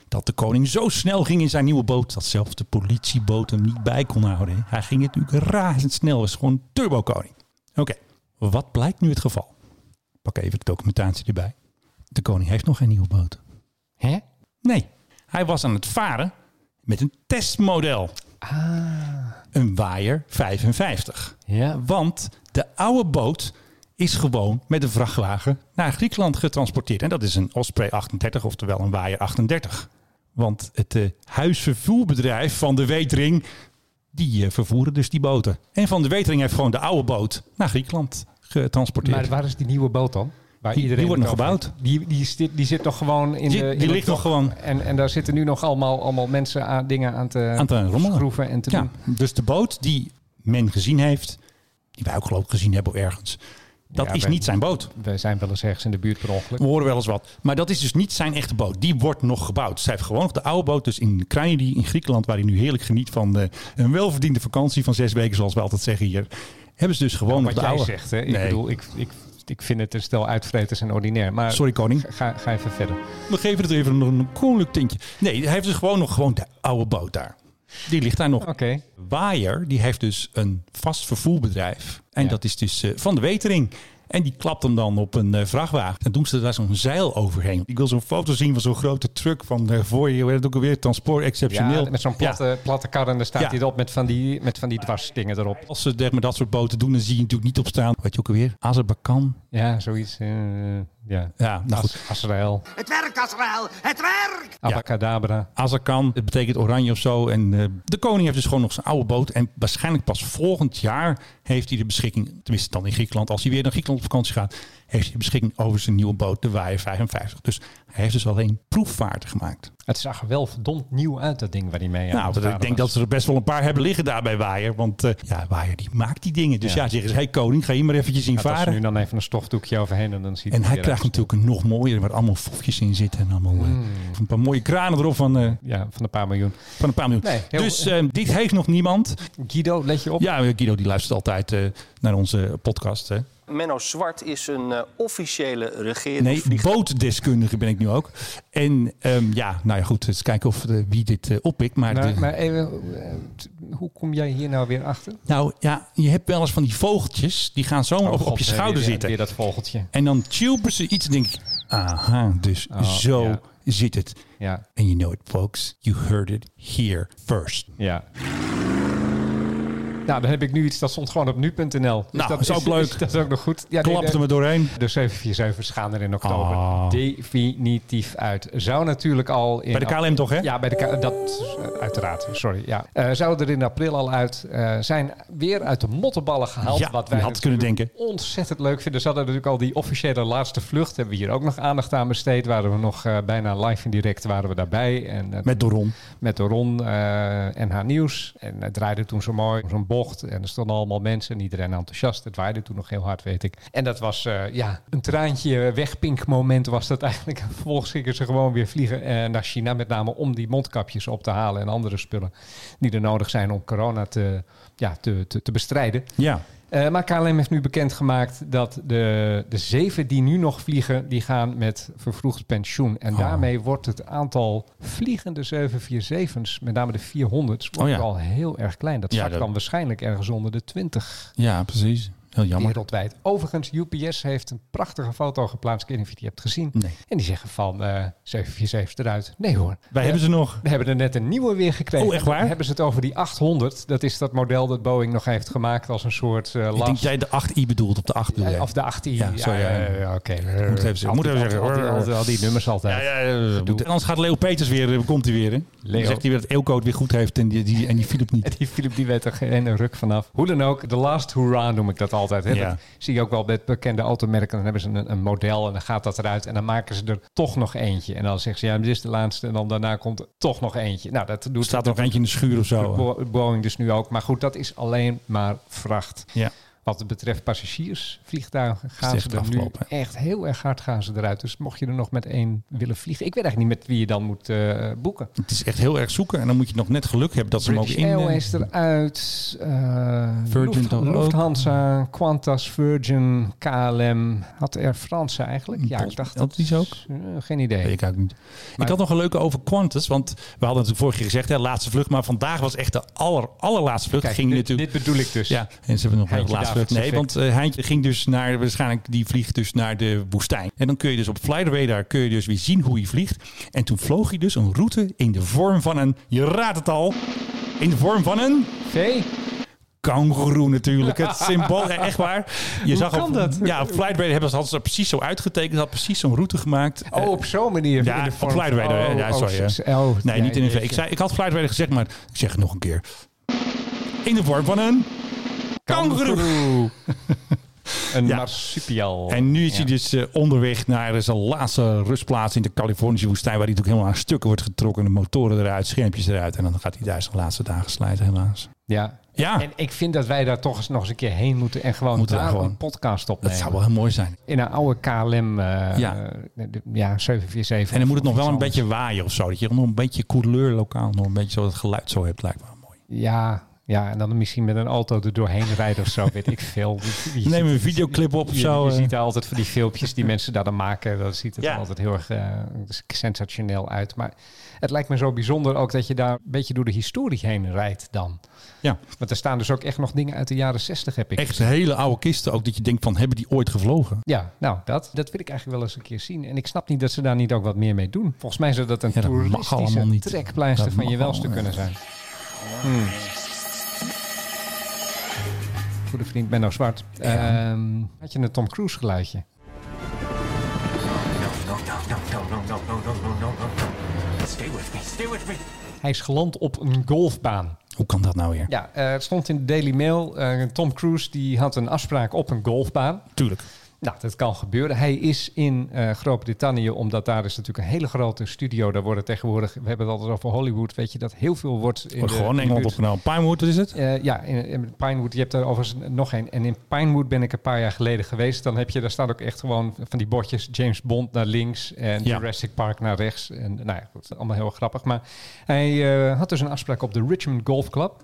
A: Dat de koning zo snel ging in zijn nieuwe boot. dat zelfs de politieboot hem niet bij kon houden. hè. Hij ging het natuurlijk razendsnel. Hij is gewoon turbo-koning. Oké, wat blijkt nu het geval? Pak even de documentatie erbij. De koning heeft nog geen nieuwe boot.
B: Hè?
A: Nee, hij was aan het varen met een testmodel. Een waaier 55.
B: Ja.
A: Want de oude boot is gewoon met een vrachtwagen naar Griekenland getransporteerd. En dat is een Osprey 38, oftewel een waaier 38. Want het eh, huisvervoerbedrijf van de Wetering... die eh, vervoeren dus die boten. En van de Wetering heeft gewoon de oude boot naar Griekenland getransporteerd.
B: Maar waar is die nieuwe boot dan? Waar
A: Die- die wordt nog
B: het over heeft. Die, die, zit, die zit nog gewoon in
A: Die-
B: de... in
A: die
B: de
A: ligt nog
B: dok.
A: gewoon.
B: En, en daar zitten nu nog allemaal, allemaal mensen aan, dingen aan te,
A: aan te rommelen.
B: schroeven en te
A: ja,
B: doen.
A: Dus de boot die men gezien heeft, die wij ook geloof ik gezien hebben ergens, dat
B: Ja,
A: is
B: wij-
A: niet zijn boot.
B: We zijn wel eens ergens in de buurt per ongeluk.
A: We horen wel eens wat. Maar dat is dus niet zijn echte boot. Die wordt nog gebouwd. Zij heeft gewoon nog de oude boot. Dus in Kruijendie, in Griekenland, waar hij nu heerlijk geniet van eh, een welverdiende vakantie van zes weken, zoals we altijd zeggen hier. Hebben ze dus gewoon nog
B: Wat
A: de
B: jij
A: oude.
B: zegt, hè? Ik
A: Nee.
B: bedoel, ik, ik, ik vind het een stel uitvreters en ordinair. Maar
A: Sorry, koning.
B: Ga, ga even verder.
A: We geven het even nog een koninklijk tintje. Nee, hij heeft dus gewoon nog gewoon de oude boot daar. Die ligt daar nog.
B: Oké.
A: Waaier, die heeft dus een vast vervoerbedrijf. En dat is dus eh, van de Wetering. En die klapt hem dan op een eh, vrachtwagen. En doen ze daar zo'n zeil overheen. Ik wil zo'n foto zien van zo'n grote truck van eh voor je. Dat ook alweer transport exceptioneel.
B: Ja, met zo'n platte, platte kar en daar staat
A: Ja.
B: hij erop met van die, met van die dwarsdingen erop.
A: Als ze zeg maar, dat soort boten doen, dan zie je natuurlijk niet op staan. Wat je ook alweer? Azerbaijan.
B: Ja, zoiets. eh, ja.
A: Ja, nou
B: As- Azrael.
C: Het werk, Azrael! Het werk!
B: Abacadabra.
A: Azarkan, het betekent oranje of zo. En eh, de koning heeft dus gewoon nog zijn oude boot. En waarschijnlijk pas volgend jaar heeft hij de beschikking, tenminste dan in Griekenland, als hij weer naar Griekenland op vakantie gaat, heeft hij de beschikking over zijn nieuwe boot, de Waaier 55. Dus hij heeft dus alleen proefvaarten gemaakt.
B: Het zag er wel verdomd nieuw uit, dat ding waar hij mee aan
A: Nou,
B: het
A: dat-
B: varen
A: ik denk
B: was.
A: dat ze er best wel een paar hebben liggen daar bij Waaier. Want eh, ja, Waaier die maakt die dingen. Dus ja,
B: Ja.
A: zeggen ze, hey koning, ga hier maar eventjes in
B: Ja, als er
A: varen.
B: nu dan even een stofdoekje overheen en dan ziet
A: En
B: het
A: hij
B: weer
A: krijgt
B: uit.
A: natuurlijk een nog mooier, waar allemaal fofjes in zitten. En allemaal eh, een paar mooie kranen erop van, eh,
B: Ja, van een paar miljoen.
A: van een paar miljoen.
B: Nee, heel-
A: dus eh, dit heeft nog niemand.
B: Guido, let je op.
A: Ja, Guido die luistert altijd eh, naar onze podcast. Hè.
L: Menno Zwart is een eh, officiële regering.
A: Nee, bootdeskundige ben ik nu ook. En ehm, ja, nou ja, goed. Eens kijken of eh, wie dit eh, oppikt. Maar,
B: Maar,
A: de-
B: maar even, eh, t- hoe kom jij hier nou weer achter?
A: nou ja, je hebt wel eens van die vogeltjes. Die gaan zomaar
B: Oh,
A: op, op
B: God,
A: je
B: nee,
A: schouder
B: weer-
A: zitten.
B: Weer dat vogeltje.
A: En dan tjoepen ze iets en denk ik, aha, dus
B: Oh,
A: zo
B: ja.
A: zit het.
B: Ja,
A: And you know it, folks. You heard it here first.
B: ja. Nou, dan heb ik nu iets dat stond gewoon op nu.nl. Dus
A: Nou, is ook leuk.
B: dat is ook nog goed. Ja, nee,
A: Klapte
B: nee.
A: me doorheen.
B: De 747 gaan er in oktober
A: Ah.
B: definitief uit. Zou natuurlijk al in
A: Bij de KLM toch, hè?
B: Ja, bij de K- dat eh, uiteraard, sorry. Ja. Eh, zou er in april al uit eh, zijn. Weer uit de mottenballen gehaald.
A: Ja,
B: wat wij
A: je had kunnen
B: natuurlijk ontzettend leuk vinden. Ze hadden natuurlijk al die officiële laatste vlucht. Hebben we hier ook nog aandacht aan besteed. Waren we nog eh, bijna live en direct waren we daarbij. En, eh,
A: Met Doron.
B: met Doron eh, en haar nieuws. En het draaide toen zo mooi, zo'n bocht. En er stonden allemaal mensen en iedereen enthousiast. Het waaide toen nog heel hard, weet ik. En dat was eh, ja, een traantje wegpink moment was dat eigenlijk. En Vervolgens gingen ze gewoon weer vliegen eh, naar China. Met name om die mondkapjes op te halen en andere spullen die er nodig zijn om corona te, ja, te, te, te bestrijden.
A: Ja.
B: Eh, maar KLM heeft nu bekendgemaakt dat de, de zeven die nu nog vliegen, die gaan met vervroegd pensioen.
A: Oh.
B: En daarmee wordt het aantal vliegende 747's, met name de 400's, wordt
A: Oh ja.
B: al heel erg klein. Dat
A: Ja,
B: zakt
A: dat-
B: dan waarschijnlijk ergens onder de 20
A: Ja, precies. Heel jammer.
B: wereldwijd. Overigens, UPS heeft een prachtige foto geplaatst. Ik weet niet of je die hebt gezien.
A: Nee.
B: En die zeggen van eh 747's eruit. Nee hoor.
A: Wij
B: Eh,
A: hebben ze nog.
B: we hebben er net een nieuwe weer gekregen.
A: Oh, echt waar?
B: Dan hebben ze het over die 800. Dat is dat model dat Boeing nog heeft gemaakt als een soort eh
A: Ik denk
B: last.
A: jij de 8i bedoelt op de 8 bedoel jij?
B: Eh, Of de 18.
A: Ja, sorry, ja.
B: eh, ja, oké.
A: Moet even zeggen, moet even
B: Altijd,
A: zeggen.
B: altijd, altijd, Al die nummers altijd.
A: Ja, ja, ja, ja. Moet- Anders gaat Leo Peters weer, eh, komt hij weer. Hè? Dan
B: Leo.
A: zegt hij weer dat Eelco het weer goed heeft en die, die, en die Philip
B: En
A: niet.
B: die Philip die weet er geen ene ruk vanaf. Hoe dan ook, de last hurrah noem ik dat altijd. Hè?
A: Ja.
B: Dat zie je ook wel bij bekende automerken. Dan hebben ze een, een model en dan gaat dat eruit. En dan maken ze er toch nog eentje. En dan zeggen ze, ja, dit is de laatste. En dan daarna komt er toch nog eentje. Nou, dat
A: Er
B: doet
A: staat er nog eentje in de schuur of zo.
B: Bo- Boeing dus nu ook. Maar goed, dat is alleen maar vracht.
A: Ja.
B: Wat het betreft passagiersvliegtuigen gaan
A: echt
B: ze er
A: afgelopen,
B: nu echt heel erg hard gaan ze eruit. Dus mocht je er nog met één willen vliegen. Ik weet eigenlijk niet met wie je dan moet eh, boeken.
A: Het is echt heel erg zoeken. En dan moet je nog net geluk hebben dat ze
B: British
A: hem ook in... eh,
B: Airways eruit. eh,
A: Virgin
B: Luft-
A: toch ook?
B: Lufthansa, Qantas, Virgin, KLM. Had Air France eigenlijk? Ja, ik
A: Bol-
B: dacht
A: had die ze ook?
B: eh, geen idee.
A: Weet ik eigenlijk niet. ik had nog een leuke over Qantas. Want we hadden natuurlijk vorige keer gezegd, hè, laatste vlucht. Maar vandaag was echt de aller, allerlaatste vlucht.
B: Kijk,
A: ging
B: dit,
A: natuurlijk,
B: dit bedoel ik dus.
A: ja, en ze hebben nog een
B: Heintje
A: laatste vlucht.
B: Davids
A: Nee,
B: effect.
A: want eh Heintje ging dus naar, waarschijnlijk, die vliegt dus naar de woestijn. En dan kun je dus op Flight Radar kun je dus weer zien hoe hij vliegt. En toen vloog hij dus een route in de vorm van een, je raadt het al, in de vorm van een
B: V?
A: kangoeroe natuurlijk. Het symbool, ja, echt waar. Je zag
B: kan
A: op,
B: dat?
A: Ja, op Flight Radar hebben ze, hadden ze dat precies zo uitgetekend. Had precies zo'n route gemaakt.
B: Oh, op zo'n manier.
A: Ja,
B: in de
A: op
B: vorm
A: Flight
B: van-
A: Radar. hè.
B: oh,
A: ja,
B: oh,
A: sorry. hè.
B: zes- oh,
A: nee,
B: ja,
A: niet in een V.
B: jeetje.
A: Ik, zei, ik had Flight Radar gezegd, maar ik zeg het nog een keer. In de vorm van een kangoeroe.
B: Kangoeroe. een
A: Ja.
B: marsupial.
A: En nu is hij
B: Ja.
A: dus eh, onderweg naar zijn laatste rustplaats in de Californische woestijn. Waar hij natuurlijk helemaal aan stukken wordt getrokken. De motoren eruit, schermpjes eruit. En dan gaat hij daar zijn laatste dagen slijten, helaas.
B: Ja.
A: Ja,
B: En ik vind dat wij daar toch eens nog eens een keer heen moeten en gewoon
A: Ah. Moeten we
B: daar
A: gewoon-
B: een podcast
A: dat
B: opnemen.
A: zou wel heel mooi zijn.
B: In een oude KLM, eh,
A: Ja.
B: eh, de- ja, 747.
A: En dan moet het
B: of
A: nog wel een
B: iets anders.
A: beetje waaien of zo. Dat je nog een beetje couleur lokaal, nog een beetje zo dat geluid zo hebt, lijkt me wel mooi.
B: Ja, ja, en dan misschien met een auto er doorheen rijden of zo, weet ik veel. Je- je
A: Neem
B: ziet-
A: een videoclip op of
B: je,
A: zo.
B: je
A: eh.
B: ziet daar altijd van die filmpjes die mensen daar dan maken. Dat ziet er
A: Ja.
B: dan altijd heel erg eh, sensationeel uit. Maar het lijkt me zo bijzonder ook dat je daar een beetje door de historie heen rijdt dan.
A: Ja.
B: Want er staan dus ook echt nog dingen uit de jaren 60 heb ik.
A: Echt hele oude kisten ook, dat je denkt van, hebben die ooit gevlogen?
B: Ja, nou, dat, dat wil ik eigenlijk wel eens een keer zien. En ik snap niet dat ze daar niet ook wat meer mee doen. Volgens mij zou dat een
A: Ja, dat mag allemaal
B: toeristische
A: niet.
B: trekpleister
A: Dat
B: van
A: mag
B: je welste
A: allemaal
B: kunnen
A: niet.
B: zijn. Hmm. Goede vriend Benno Zwart. Ehm, had je een Tom Cruise geluidje? Hij is geland op een golfbaan.
A: Hoe kan dat nou weer?
B: Ja, eh, het stond in de Daily Mail. eh, Tom Cruise die had een afspraak op een golfbaan.
A: Tuurlijk.
B: Nou, dat kan gebeuren. Hij is in eh, Groot-Brittannië, omdat daar is natuurlijk een hele grote studio. Daar worden tegenwoordig, we hebben het altijd over Hollywood, weet je, dat heel veel wordt... In
A: Wordt
B: de-
A: gewoon
B: in de
A: Engeland
B: buurt-
A: opgenomen. Pinewood, wat is het?
B: Eh, ja, in, in Pinewood, je hebt daar overigens nog een. En in Pinewood ben ik een paar jaar geleden geweest. Dan heb je, daar staan ook echt gewoon van die bordjes James Bond naar links en
A: Ja.
B: Jurassic Park naar rechts. En nou ja, goed, allemaal heel grappig. Maar hij eh, had dus een afspraak op de Richmond Golf Club.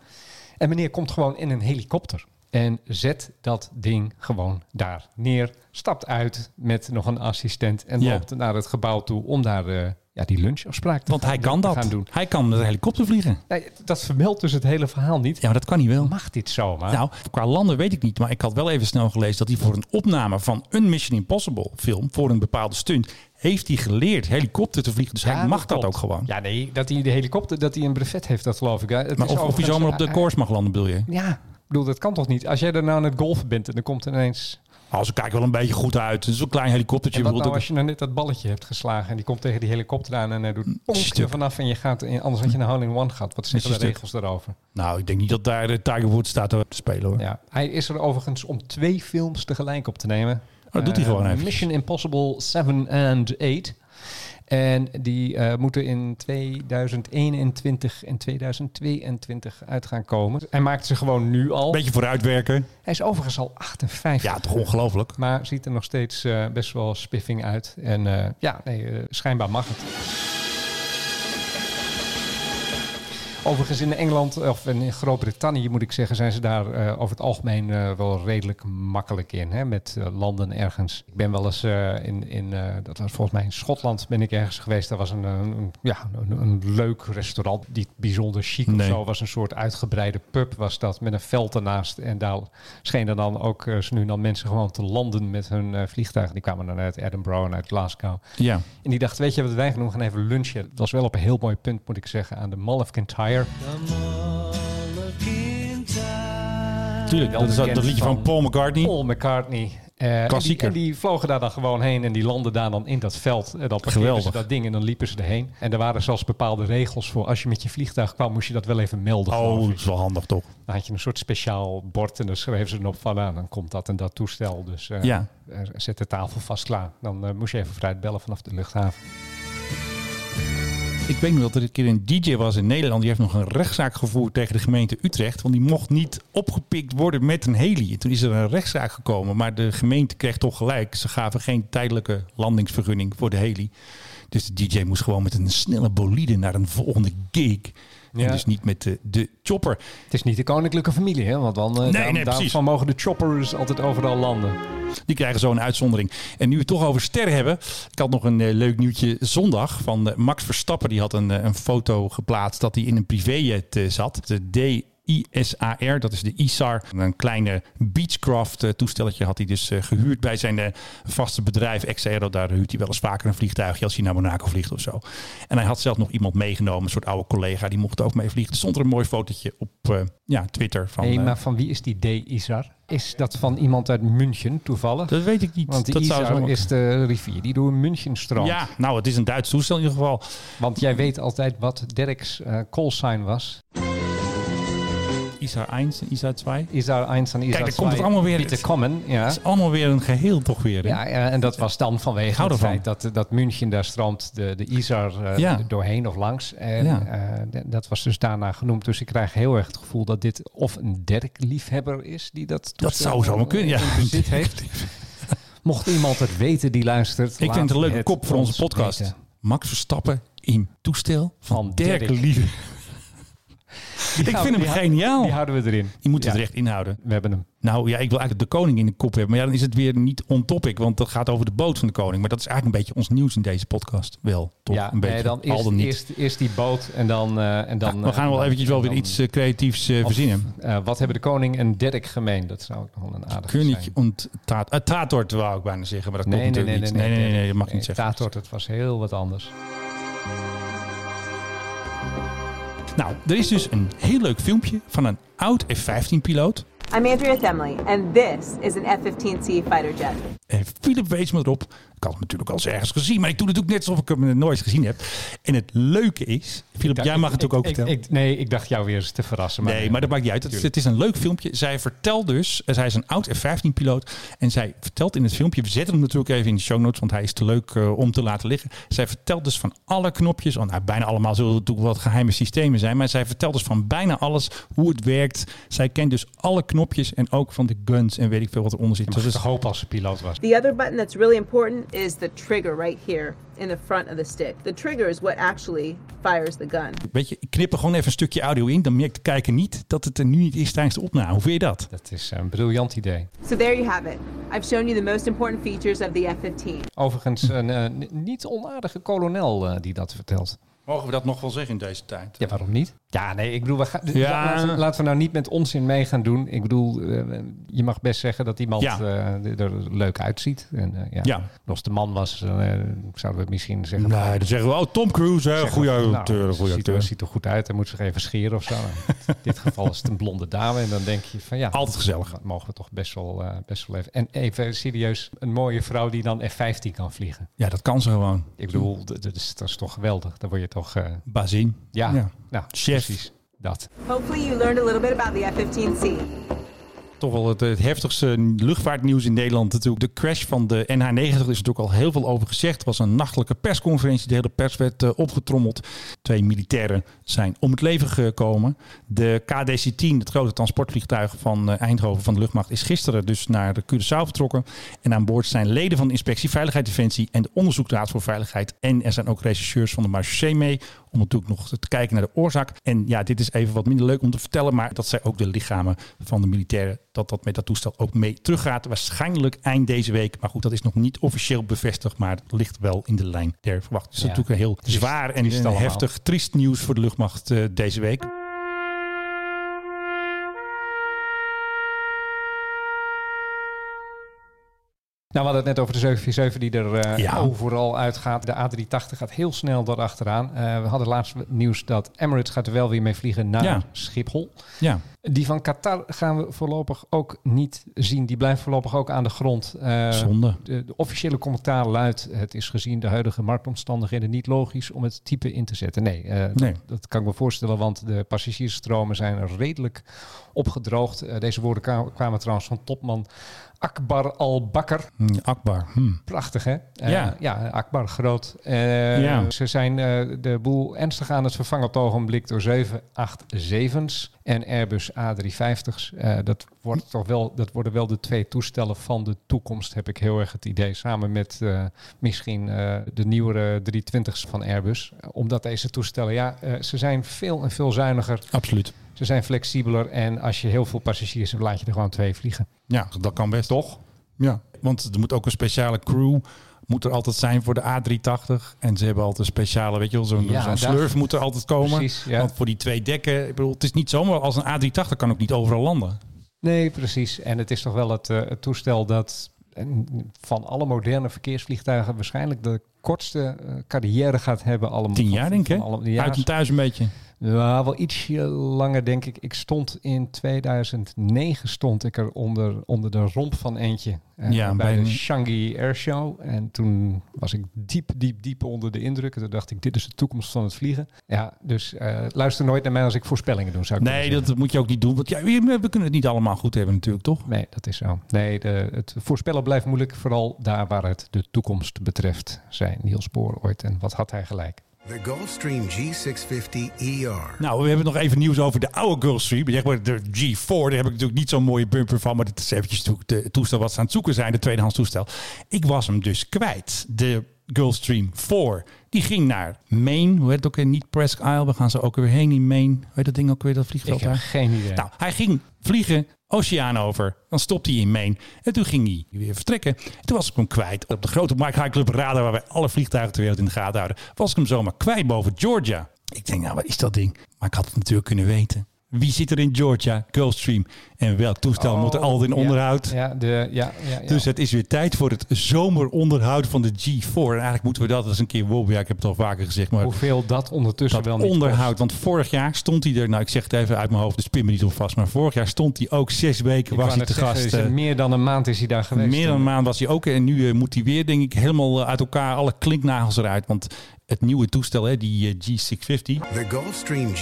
B: En meneer komt gewoon in een helikopter. En zet dat ding gewoon daar neer. Stapt uit met nog een assistent. En
A: Ja.
B: loopt naar het gebouw toe om daar eh, ja, die lunchafspraak te
A: Want hij kan
B: te
A: dat.
B: gaan doen.
A: Hij kan met een helikopter vliegen.
B: Nee, dat vermeldt dus het hele verhaal niet.
A: Ja, maar dat kan niet wel.
B: Mag dit zomaar?
A: Nou, qua landen weet ik niet, maar ik had wel even snel gelezen dat hij voor een opname van een Mission Impossible film, voor een bepaalde stunt, heeft hij geleerd helikopter te vliegen. Dus hij
B: Ja,
A: mag dat,
B: klopt.
A: ook gewoon.
B: Ja, nee, dat hij de helikopter, dat hij een brevet heeft, dat geloof ik. hè. Het
A: maar of,
B: is
A: of hij
B: overigens-
A: zomaar op de
B: eh,
A: koers mag landen, bedoel je?
B: Ja, ik bedoel, dat kan toch niet? Als jij daar nou aan het golfen bent en dan komt ineens...
A: Als Nou, ze kijken wel een beetje goed uit. Het is een klein helikoptertje.
B: En wat
A: Ik bedoel,
B: nou als je nou net dat balletje hebt geslagen en die komt tegen die helikopter aan en hij doet ponk
A: Mm, stuk.
B: er vanaf en je gaat, en anders had je een hole in one gehad. Wat zeggen de
A: Met je stuk.
B: regels daarover?
A: dat- nou, ik denk niet dat daar de Tiger Woods staat te spelen hoor.
B: Ja, hij is er overigens om twee films tegelijk op te nemen.
A: Oh, dat doet hij
B: Eh,
A: gewoon eventjes.
B: Mission Impossible 7 and 8. En die eh, moeten in 2021 en 2022 uit gaan komen. Hij maakt ze gewoon nu al.
A: Beetje vooruitwerken.
B: Hij is overigens al 58.
A: Ja, toch ongelooflijk.
B: Maar ziet er nog steeds eh, best wel spiffing uit. En eh, ja, nee, eh, schijnbaar mag het. Overigens in Engeland, eh, of in Groot-Brittannië moet ik zeggen, zijn ze daar eh, over het algemeen eh, wel redelijk makkelijk in. Hè? Met eh, landen ergens. Ik ben wel eens eh, in, in eh, dat was volgens mij in Schotland, ben ik ergens geweest. Daar was een, een, een- ja, een, een leuk restaurant, niet bijzonder chic of
A: Nee.
B: zo. was een soort uitgebreide pub, was dat, met een veld ernaast. En daar schenen dan ook eh, ze nu dan mensen gewoon te landen met hun eh, vliegtuigen. Die kwamen dan uit Edinburgh en uit Glasgow.
A: Ja.
B: En die dacht, weet je wat wij gaan doen? We gaan even lunchen. Dat was wel op een heel mooi punt, moet ik zeggen, aan de Mall of Kintyre.
A: Tuurlijk, dat, is dat, dat liedje van Paul McCartney.
B: Paul McCartney. Eh,
A: Klassieker.
B: En die, en die vlogen daar dan gewoon heen en die landen daar dan in dat veld. En dan parkeerden ze
A: Geweldig.
B: dat ding en dan liepen ze erheen. En er waren zelfs bepaalde regels voor. Als je met je vliegtuig kwam, moest je dat wel even melden.
A: Oh,
B: geloof
A: dat
B: ik.
A: is wel handig toch?
B: Dan had je een soort speciaal bord en dan schreven ze erop van aan. Dan komt dat en dat toestel. Dus eh,
A: Ja.
B: eh, zet de tafel vast klaar. Dan eh, moest je even vooruit bellen vanaf de luchthaven.
A: Ik weet nog dat er een keer een DJ was in Nederland. Die heeft nog een rechtszaak gevoerd tegen de gemeente Utrecht. Want die mocht niet opgepikt worden met een heli. En toen is er een rechtszaak gekomen. Maar de gemeente kreeg toch gelijk. Ze gaven geen tijdelijke landingsvergunning voor de heli. Dus de DJ moest gewoon met een snelle bolide naar een volgende gig.
B: Ja.
A: En dus niet met de, de chopper.
B: Het is niet de koninklijke familie, hè? Want dan eh daarom-
A: nee, precies.
B: daarvan mogen de choppers altijd overal landen.
A: Die krijgen zo'n uitzondering. En nu we het toch over sterren hebben. Ik had nog een eh, leuk nieuwtje zondag van eh, Max Verstappen. Die had een, eh, een foto geplaatst dat hij in een privéjet eh, zat. De DISAR, dat is de ISAR. Een kleine Beechcraft eh, toestelletje had hij dus eh, gehuurd bij zijn eh, vaste bedrijf Exaero. Daar huurt hij wel eens vaker een vliegtuigje als hij naar Monaco vliegt of zo. En hij had zelf nog iemand meegenomen, een soort oude collega. Die mocht ook mee vliegen. Er stond er een mooi fotootje op eh, ja, Twitter. Van,
B: Hé,
A: eh,
B: maar van wie is die D. Isar? Is dat van iemand uit München toevallig?
A: dat weet ik niet.
B: Want de
A: dat zou
B: Isar
A: zo-
B: is de rivier die door München stroomt.
A: Ja, nou, het is een Duits toestel in ieder geval.
B: Want jij weet altijd wat Derek's eh callsign was.
A: ISA 1 en ISA 2. Het
B: Isar 1 en Isar 2.
A: daar komt het allemaal weer-
B: Te komen, ja.
A: is allemaal weer een geheel toch weer. hè?
B: Ja, ja, en dat was dan vanwege
A: Hou
B: het
A: ervan.
B: feit dat, dat München daar stroomt de, de Isar eh,
A: Ja.
B: d- doorheen of langs. En
A: Ja.
B: eh, d- dat was dus daarna genoemd. Dus ik krijg heel erg het gevoel dat dit of een Derk-liefhebber is die dat
A: Dat
B: toestel
A: zou zomaar kunnen, ja.
B: in bezit heeft. Mocht iemand het weten die luistert.
A: Ik vind het een leuke kop voor onze podcast.
B: weten.
A: Max Verstappen in toestel van,
B: Van
A: Dirk,
B: Dirk.
A: Lieve.
B: Die
A: Ik
B: hou-
A: vind hem
B: Nou, die hou-
A: geniaal.
B: Die houden we erin.
A: Die moeten
B: Ja.
A: we er echt inhouden.
B: We hebben hem.
A: Nou ja, ik wil eigenlijk de koning in de kop hebben. Maar ja, dan is het weer niet on topic. Want dat gaat over de boot van de koning. Maar dat is eigenlijk een beetje ons nieuws in deze podcast. Wel, toch?
B: ja,
A: een beetje.
B: nee, dan
A: al
B: eerst,
A: dan niet.
B: eerst, eerst die boot en dan... eh, en dan
A: Ja, we gaan wel eventjes wel weer
B: iets
A: iets eh, creatiefs eh,
B: Of,
A: verzinnen.
B: eh, wat hebben de koning en Dirk gemeen? Dat zou ook nog wel een aardig zijn.
A: König und Tat... eh, Tatort wou ik bijna zeggen. Maar dat
B: Nee,
A: komt
B: nee, nee,
A: natuurlijk
B: nee,
A: niet. nee, nee, dat mag ik niet zeggen.
B: Tatort, het was heel wat anders.
A: Nou, er is dus een heel leuk filmpje van een oud F-15-piloot.
K: I'm Andrea Themley, and this is an F 15C fighter jet.
A: En Eh, Philip Wees me erop. Ik had hem natuurlijk al eens ergens gezien, maar ik doe natuurlijk net alsof ik hem nooit gezien heb. En het leuke is, Philip, jij mag het ook ook vertellen.
B: nee, ik dacht jou weer eens te verrassen.
A: nee, maar dat maakt niet uit. Het,
B: Tuurlijk.
A: het is een leuk filmpje. Zij vertelt dus, eh, zij is een oud F-15-piloot. En zij vertelt in het filmpje, we zetten hem natuurlijk even in de show notes, want hij is te leuk eh, om te laten liggen. Zij vertelt dus van alle knopjes, oh, nou, bijna allemaal zullen het natuurlijk wat geheime systemen zijn, maar zij vertelt dus van bijna alles, hoe het werkt. Zij kent dus alle knopjes en ook van de guns en weet ik veel wat eronder zit. Dus
B: dat is toch hoop als ze piloot was.
K: The other button that's really important is the trigger right here in the front of the stick. The trigger is what actually fires the gun.
A: Weet je, ik knip er gewoon even een stukje audio in, dan merkt de kijker niet dat het er nu niet is tijdens de opname. Hoe vind je dat?
B: Dat is een briljant idee.
K: So there you have it. I've shown you the most important features of the F 15.
B: Overigens een eh, n- niet onaardige kolonel eh, die dat vertelt.
A: Mogen we dat nog wel zeggen in deze tijd?
B: Ja, waarom niet? Ja, nee, ik bedoel, we gaan,
A: Ja.
B: laten, we- laten we nou niet met onzin mee gaan doen. Ik bedoel, eh, je mag best zeggen dat iemand
A: Ja.
B: eh, er leuk uitziet. En, eh, ja.
A: Ja.
B: Als de man was, eh, zouden we misschien zeggen...
A: Nee, dan zeggen we, oh, Tom Cruise, hè,
B: Zeggen
A: goede
B: we van, nou,
A: acteur,
B: ze
A: goede
B: ziet, er-
A: acteur.
B: ziet er goed uit, hij moet zich even scheren of zo. In dit geval is het een blonde dame en dan denk je van ja...
A: Altijd gezellig.
B: Dat mogen we toch best wel, eh, best wel even... En even serieus, een mooie vrouw die dan F-15 kan vliegen.
A: Ja, dat kan ze gewoon.
B: Ik bedoel, d- d- dat is, dat is toch geweldig. Dan word je toch... eh,
A: Bazin.
B: ja,
A: Ja.
B: Nou,
A: Chef.
B: precies. Dat.
K: Hopefully, you learned a little bit about the F 15C.
A: Toch wel het, het heftigste luchtvaartnieuws in Nederland natuurlijk. De crash van de NH90 is natuurlijk al heel veel over gezegd. Het was een nachtelijke persconferentie. De hele pers werd eh, opgetrommeld. Twee militairen zijn om het leven gekomen. De KDC-10, het grote transportvliegtuig van eh, Eindhoven van de luchtmacht... is gisteren dus naar de Curaçao vertrokken. En aan boord zijn leden van de Inspectie Veiligheid Defensie... en de Onderzoeksraad voor Veiligheid. En er zijn ook regisseurs van de Marché mee... om natuurlijk nog te kijken naar de oorzaak. En ja, dit is even wat minder leuk om te vertellen... maar dat zij ook de lichamen van de militairen... dat dat met dat toestel ook mee teruggaat. Waarschijnlijk eind deze week. Maar goed, dat is nog niet officieel bevestigd... maar het ligt wel in de lijn der verwachting. Dus
B: Ja.
A: natuurlijk een heel
B: Triest-
A: zwaar en
B: triest
A: eh,
B: allemaal.
A: heftig triest nieuws voor de luchtmacht eh, deze week.
B: Nou, we hadden het net over de 747 die er eh,
A: Ja.
B: overal uitgaat. De A380 gaat heel snel daarachteraan. Eh we hadden laatst nieuws dat Emirates gaat er wel weer mee vliegen naar
A: Ja.
B: Schiphol.
A: Ja,
B: Die van Qatar gaan we voorlopig ook niet zien. Die blijft voorlopig ook aan de grond. Eh,
A: zonde.
B: De, de officiële commentaar luidt: Het is gezien de huidige marktomstandigheden niet logisch om het type in te zetten. Nee, eh, dat-
A: Nee.
B: Dat, kan ik me voorstellen, want de passagiersstromen zijn redelijk opgedroogd. Eh, deze woorden ka- kwamen trouwens van topman Akbar al-Bakker.
A: Hm, Akbar. Hm.
B: Prachtig, hè? Eh,
A: Ja.
B: ja, Akbar groot. Eh,
A: Ja.
B: Ze zijn eh, de boel ernstig aan het vervangen op het ogenblik door 787's en Airbus A350's. Eh, dat, wordt toch wel, dat worden wel de twee toestellen van de toekomst, heb ik heel erg het idee. Samen met eh, misschien eh, de nieuwere 320's van Airbus. Omdat deze toestellen, ja, eh, ze zijn veel en veel zuiniger.
A: Absoluut.
B: Ze zijn flexibeler en als je heel veel passagiers hebt, laat je er gewoon twee vliegen.
A: Ja, Dus dat kan best.
B: Toch?
A: Ja, want er moet ook een speciale crew moet er altijd zijn voor de A380. En ze hebben altijd een speciale, weet je wel, zo'n
B: Ja,
A: zo'n
B: daar-
A: slurf moet er altijd komen.
B: Precies, ja.
A: Want voor die twee dekken, ik bedoel, het is niet zomaar als een A380 kan ook niet overal landen.
B: Nee, precies. En het is toch wel het, eh, het toestel dat eh, van alle moderne verkeersvliegtuigen waarschijnlijk de kortste eh, carrière gaat hebben. Allemaal
A: Tien jaar
B: Van-
A: denk ik,
B: van
A: hè?
B: alle- ja,
A: Uit en thuis een beetje.
B: ja, wel ietsje langer denk ik. Ik stond in 2009 stond ik er onder, onder de romp van eentje eh,
A: Ja,
B: bij,
A: bij
B: de
A: een-
B: Changi Airshow. En toen was ik diep, diep, diep onder de indruk. En toen dacht ik, dit is de toekomst van het vliegen. Ja, dus eh, luister nooit naar mij als ik voorspellingen doe. Zou ik
A: Nee,
B: willen zeggen.
A: dat moet je ook niet doen. Want ja, we we kunnen het niet allemaal goed hebben natuurlijk, toch?
B: Nee, dat is zo. Nee, de, het voorspellen blijft moeilijk. Vooral daar waar het de toekomst betreft, zei Niels Bohr ooit. En wat had hij gelijk.
M: The Gulfstream G650ER.
A: Nou, we hebben nog even nieuws over de oude Gulfstream. Zeg maar de G4, daar heb ik natuurlijk niet zo'n mooie bumper van. Maar dit is eventjes toe- de- het toestel wat ze aan het zoeken zijn. De tweedehands toestel. Ik was hem dus kwijt. De Gulfstream 4. Die ging naar Maine. Hoe heet het ook weer? Niet Presque Isle. We gaan ze ook weer heen in Maine. Hoe heet dat ding ook weer? Dat vliegveld
B: Ik heb
A: daar?
B: geen idee.
A: Nou, hij ging vliegen, oceaan over. Dan stopte hij in Maine. En toen ging hij weer vertrekken. En toen was ik hem kwijt. Op de grote Mike High Club radar, waar wij alle vliegtuigen ter wereld in de gaten houden, was ik hem zomaar kwijt boven Georgia. Ik denk, nou, wat is dat ding? Maar ik had het natuurlijk kunnen weten. Wie zit er in Georgia? Gulfstream. En welk toestel moet er altijd in onderhoud?
B: Oh, Ja, de, ja, ja, ja.
A: Dus het is weer tijd voor het zomeronderhoud van de G4. En eigenlijk moeten we dat eens een keer... Wow, ja, ik heb het al vaker gezegd, maar...
B: Hoeveel dat ondertussen wel niet
A: onderhoud. Want vorig jaar stond hij er, nou ik zeg het even uit mijn hoofd, dus pin me niet op vast. Maar vorig jaar stond hij ook zes weken, was
B: Ik wou
A: hij
B: net
A: te
B: zeggen,
A: gast.
B: is er
A: eh,
B: meer dan een maand is hij daar geweest.
A: meer dan een maand was hij ook. En nu eh, moet hij weer, denk ik, helemaal eh, uit elkaar alle klinknagels eruit. Want het nieuwe toestel, hè, die eh, G650,
M: The Gulfstream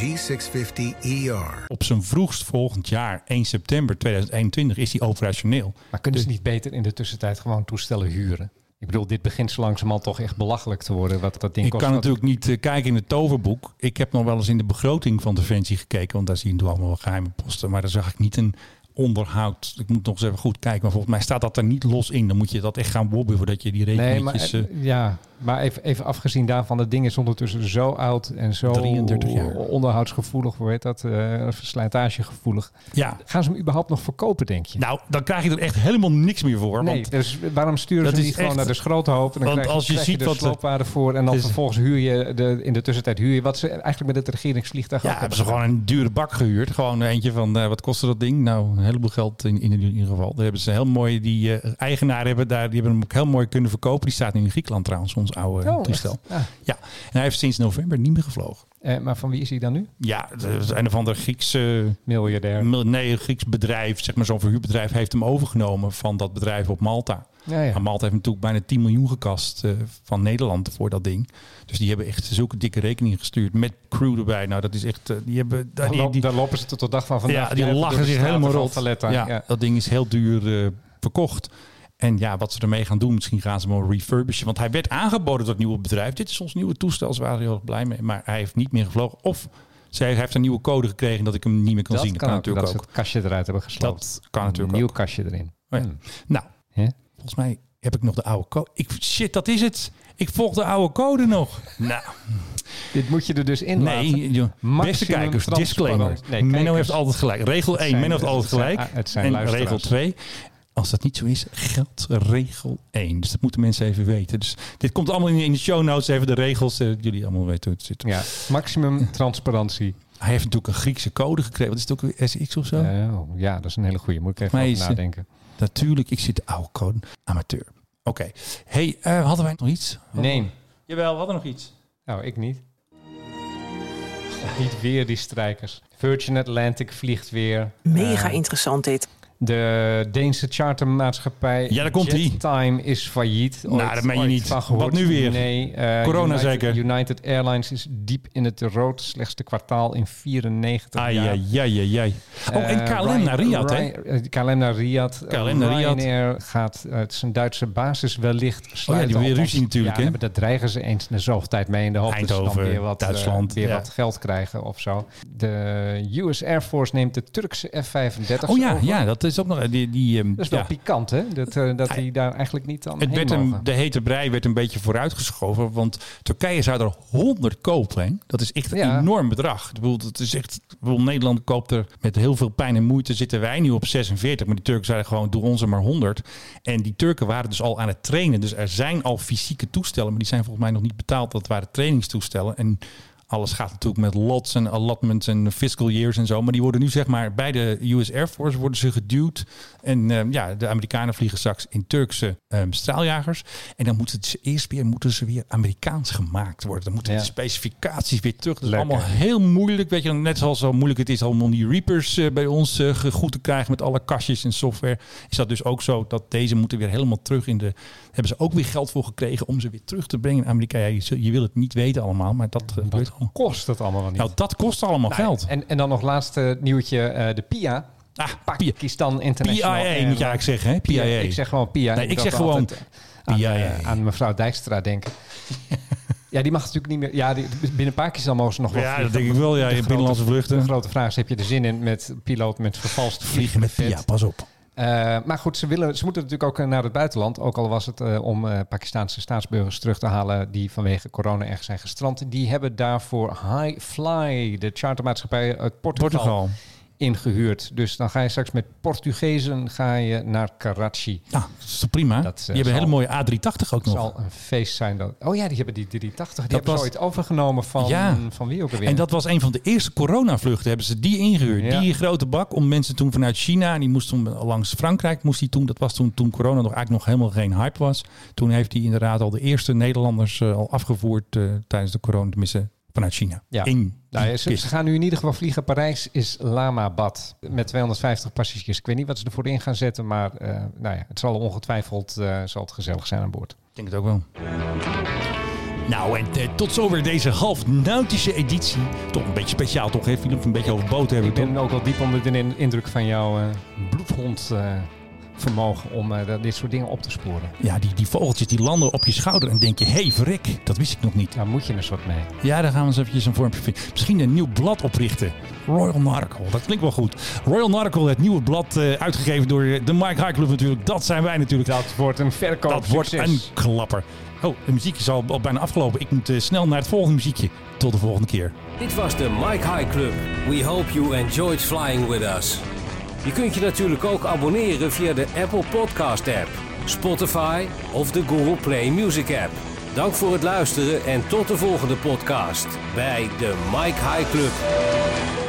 M: G650 ER.
A: op zijn vroegst volgend jaar, 1 september 2021, is die operationeel.
B: Maar kunnen ze niet beter in de tussentijd gewoon toestellen huren? Ik bedoel, dit begint zo langzamerhand toch echt belachelijk te worden. Wat dat ding
A: Ik
B: kost.
A: kan
B: Wat-
A: natuurlijk niet eh, kijken in het toverboek. Ik heb nog wel eens in de begroting van Defensie gekeken, want daar zien we allemaal wel geheime posten. Maar daar zag ik niet een onderhoud. Ik moet nog eens even goed kijken, maar volgens mij staat dat er niet los in. Dan moet je dat echt gaan wobben voordat je die
B: Nee, maar,
A: rekeningetjes... eh,
B: eh, ja, maar even, even afgezien daarvan, dat ding is ondertussen zo oud en zo
A: 33 jaar.
B: onderhoudsgevoelig, hoe heet dat? eh slijtagegevoelig.
A: Ja.
B: Gaan ze hem überhaupt nog verkopen, denk je?
A: nou, dan krijg je er echt helemaal niks meer voor.
B: nee,
A: want
B: dus waarom sturen
A: dat
B: ze
A: is
B: hem niet gewoon
A: echt-
B: naar de schroothoop? En dan
A: want
B: krijg,
A: als je
B: krijg
A: ziet
B: de
A: wat de-
B: sloopwaarde voor en dan
A: is-
B: vervolgens huur je de, in de tussentijd huur je wat ze eigenlijk met het regeringsvliegtuig
A: Ja,
B: ook
A: hebben ze gewoon een dure bak gehuurd. Gewoon eentje van, eh, wat kostte dat ding? Nou, een heleboel geld in, in, in ieder geval. Daar hebben ze heel mooi, die eh, eigenaar hebben daar, die hebben hem ook heel mooi kunnen verkopen. Die staat nu in Griekenland trouwens, ons oude
B: Oh, echt?
A: toestel.
B: Ah.
A: Ja, en hij heeft sinds november niet meer gevlogen.
B: Eh, maar van wie is hij dan nu?
A: Ja, dat is een of ander Griekse...
B: Miljardair.
A: mil- Nee, een Grieks bedrijf, zeg maar zo'n verhuurbedrijf, heeft hem overgenomen van dat bedrijf op Malta.
B: Ja, ja.
A: Maar Malta heeft natuurlijk bijna 10 miljoen gekast eh, van Nederland voor dat ding. Dus die hebben echt zulke dikke rekeningen gestuurd met crew erbij. Nou, dat is echt... eh, die hebben,
B: Daar,
A: die- die-
B: daar lopen ze tot de dag van vandaag.
A: ja, die
B: even door
A: lachen
B: de
A: zich
B: straten
A: helemaal
B: van
A: rot.
B: Valletta.
A: ja,
B: Ja.
A: Dat ding is heel duur eh, verkocht. En ja, wat ze ermee gaan doen, misschien gaan ze hem wel refurbishen. Want hij werd aangeboden door het nieuwe bedrijf. Dit is ons nieuwe toestel, ze waren er heel erg blij mee. Maar hij heeft niet meer gevlogen. Of ze- hij heeft een nieuwe code gekregen dat ik hem niet meer kan
B: dat
A: zien.
B: kan natuurlijk ook. Dat ze het kastje eruit hebben gesloopt.
A: Dat kan natuurlijk
B: Een nieuw
A: ook.
B: kastje erin.
A: Oh ja.
B: Hmm.
A: Nou,
B: Hè?
A: volgens mij heb ik nog de oude code. Ik, shit, dat is het. Ik volg de oude code nog. nou,
B: Dit moet je er dus in
A: nee. joh.
B: laten.
A: Beste kijkers, disclaimer.
B: Menno
A: Menno heeft altijd gelijk. Regel 1,
B: zijn-
A: Menno heeft altijd
B: het zijn-
A: gelijk.
B: het zijn
A: en
B: luisteraars.
A: regel 2. Als dat niet zo is, geldt regel 1. Dus dat moeten mensen even weten. Dus dit komt allemaal in in de show notes. Even de regels, eh, jullie allemaal weten hoe het zit.
B: Ja, maximum transparantie.
A: Hij heeft natuurlijk een Griekse code gekregen. Wat is het ook weer? SX of zo?
B: Oh, ja, dat is een hele goede. Moet ik even
A: Mij
B: over
A: is, eh,
B: nadenken.
A: Natuurlijk, ik zit de oude code. Amateur. Oké. hey, eh, hadden wij nog iets?
B: Nee.
A: Jawel, we hadden nog iets.
B: Nou, ik niet. Niet weer die strijkers. Virgin Atlantic vliegt weer.
N: Mega
B: Eh,
N: interessant dit.
B: de Deense chartermaatschappij
A: Ja, daar komt-ie.
B: Time is failliet.
A: Nou, dat meen je
B: ooit
A: niet.
B: van gehoord.
A: Wat nu weer?
B: Nee. eh,
A: Corona
B: United,
A: zeker.
B: United Airlines is diep in het rood. Slechtste kwartaal in 94
A: Ai,
B: jaar.
A: ai, ai, ai, ai. Oh, en
B: Eh,
A: KLM
B: Ryan-
A: naar Riyadh, hè?
B: Ryan- eh, KLM naar Riyadh.
A: KLM naar Riyadh.
B: Ryanair gaat eh, het zijn Duitse basis wellicht sluiten.
A: hebben weer
B: Althans,
A: ruzie natuurlijk,
B: ja,
A: hè?
B: maar dat dreigen ze eens in de zoveel tijd mee in de hoop dat ze
A: Eindhoven,
B: dan weer wat, eh,
A: Duitsland,
B: weer
A: ja.
B: wat geld krijgen of zo. De US Air Force neemt de Turkse F-35
A: Oh ja,
B: over.
A: ja, dat is ook nog... Die, die, ehm,
B: Dat is wel
A: ja.
B: pikant, hè? Dat, eh, dat die daar eigenlijk niet aan
A: Het
B: heen
A: werd een,
B: mogen.
A: de hete brei werd een beetje vooruitgeschoven. Want Turkije zou er 100 kopen. Hè? Dat is echt een
B: Ja.
A: enorm bedrag. Ik bedoel, dat is echt, ik bedoel, Nederland koopt er met heel veel pijn en moeite. Zitten wij nu op 46. Maar die Turken zeiden gewoon, doe ons er maar 100. En die Turken waren dus al aan het trainen. Dus er zijn al fysieke toestellen. Maar die zijn volgens mij nog niet betaald. Dat waren trainingstoestellen. En alles gaat natuurlijk met lots en allotments en fiscal years en zo. Maar die worden nu zeg maar bij de US Air Force worden ze geduwd. En ehm, ja, de Amerikanen vliegen straks in Turkse ehm, straaljagers. En dan moeten ze eerst weer, moeten ze weer Amerikaans gemaakt worden. Dan moeten
B: Ja.
A: de specificaties weer terug. Dat is
B: Lekker.
A: allemaal heel moeilijk. Weet je, net zoals zo moeilijk het is om die Reapers eh, bij ons eh, ge- goed te krijgen met alle kastjes en software. Is dat dus ook zo dat deze moeten weer helemaal terug in de... Hebben ze ook weer geld voor gekregen om ze weer terug te brengen in Amerika. Ja, je, zul- je wil het niet weten allemaal, maar dat eh, gebeurt allemaal.
B: Kost dat allemaal wel niet.
A: Nou, dat kost allemaal
B: Nou,
A: geld.
B: En, en dan nog laatste nieuwtje, eh, de PIA.
A: Ah,
B: Pakistan International.
A: PIA moet je eigenlijk zeggen, hè? PIA.
B: Ik zeg gewoon PIA.
A: Nee, ik
B: moet
A: zeg
B: altijd
A: gewoon
B: aan,
A: PIA.
B: eh, aan mevrouw Dijkstra denken. ja, die mag natuurlijk niet meer... Ja, die, binnen Pakistan mogen ze nog wel
A: Ja,
B: vliegen.
A: dat denk ik wel, ja,
B: De
A: in binnenlandse vluchten.
B: De grote vraag is, heb je er zin in met piloot met vervalst
A: Vliegen met PIA, pas op.
B: eh, maar goed, ze, willen, ze moeten natuurlijk ook eh, naar het buitenland. Ook al was het eh, om eh, Pakistaanse staatsburgers terug te halen die vanwege corona erg zijn gestrand. Die hebben daarvoor High Fly, de chartermaatschappij uit Portugal,
A: Portugal.
B: ingehuurd. Dus dan ga je straks met Portugezen ga je naar Karachi.
A: Ja, Nou, dat is toch prima? Dat, uh, die hebben een hele mooie A380 ook nog.
B: eh, zal een feest zijn. Dat... Oh ja, die hebben die 380. Die dat hebben was... ze ooit overgenomen van,
A: Ja.
B: van wie ook alweer.
A: En dat was een van de eerste coronavluchten. Hebben ze die ingehuurd.
B: Ja.
A: Die grote bak om mensen toen vanuit China. En die moest toen langs Frankrijk. Moest die toen, dat was toen, toen corona nog eigenlijk nog helemaal geen hype was. Toen heeft hij inderdaad al de eerste Nederlanders eh, al afgevoerd eh, tijdens de corona. Tenminste, vanuit China.
B: Ja.
A: In
B: Nou, ja,
A: die
B: ze,
A: kist.
B: ze gaan nu in ieder geval vliegen. Parijs is Lamabad met 250 passagiers. Ik weet niet wat ze ervoor in gaan zetten, maar eh, nou ja, het zal ongetwijfeld eh, zal het gezellig zijn aan boord.
A: Ik denk het ook wel. Nou, en eh, tot zover deze half nautische editie. Toch een beetje speciaal, toch? Hè, Philip, een beetje over boten hebben
B: Ik
A: we het
B: ben ook wel diep onder de in- indruk van jouw eh bloedhond. eh, vermogen om eh, dat- dit soort dingen op te sporen.
A: Ja, die, die vogeltjes die landen op je schouder en denk je, hé hey, verrek, dat wist ik nog niet.
B: Daar moet je eens wat mee.
A: Ja, daar gaan we eens eventjes een vormpje vinden. Misschien een nieuw blad oprichten. Royal Narcle, dat klinkt wel goed. Royal Narcle, het nieuwe blad eh, uitgegeven door de Mike High Club natuurlijk. Dat zijn wij natuurlijk.
B: Dat wordt een verkoop.
A: Dat wordt een klapper. Oh, de muziek is al, al bijna afgelopen. Ik moet eh, snel naar het volgende muziekje. Tot de volgende keer.
E: Dit was de Mike High Club. We hope you enjoyed flying with us. Je kunt je natuurlijk ook abonneren via de Apple Podcast app, Spotify of de Google Play Music app. Dank voor het luisteren en tot de volgende podcast bij de Mike High Club.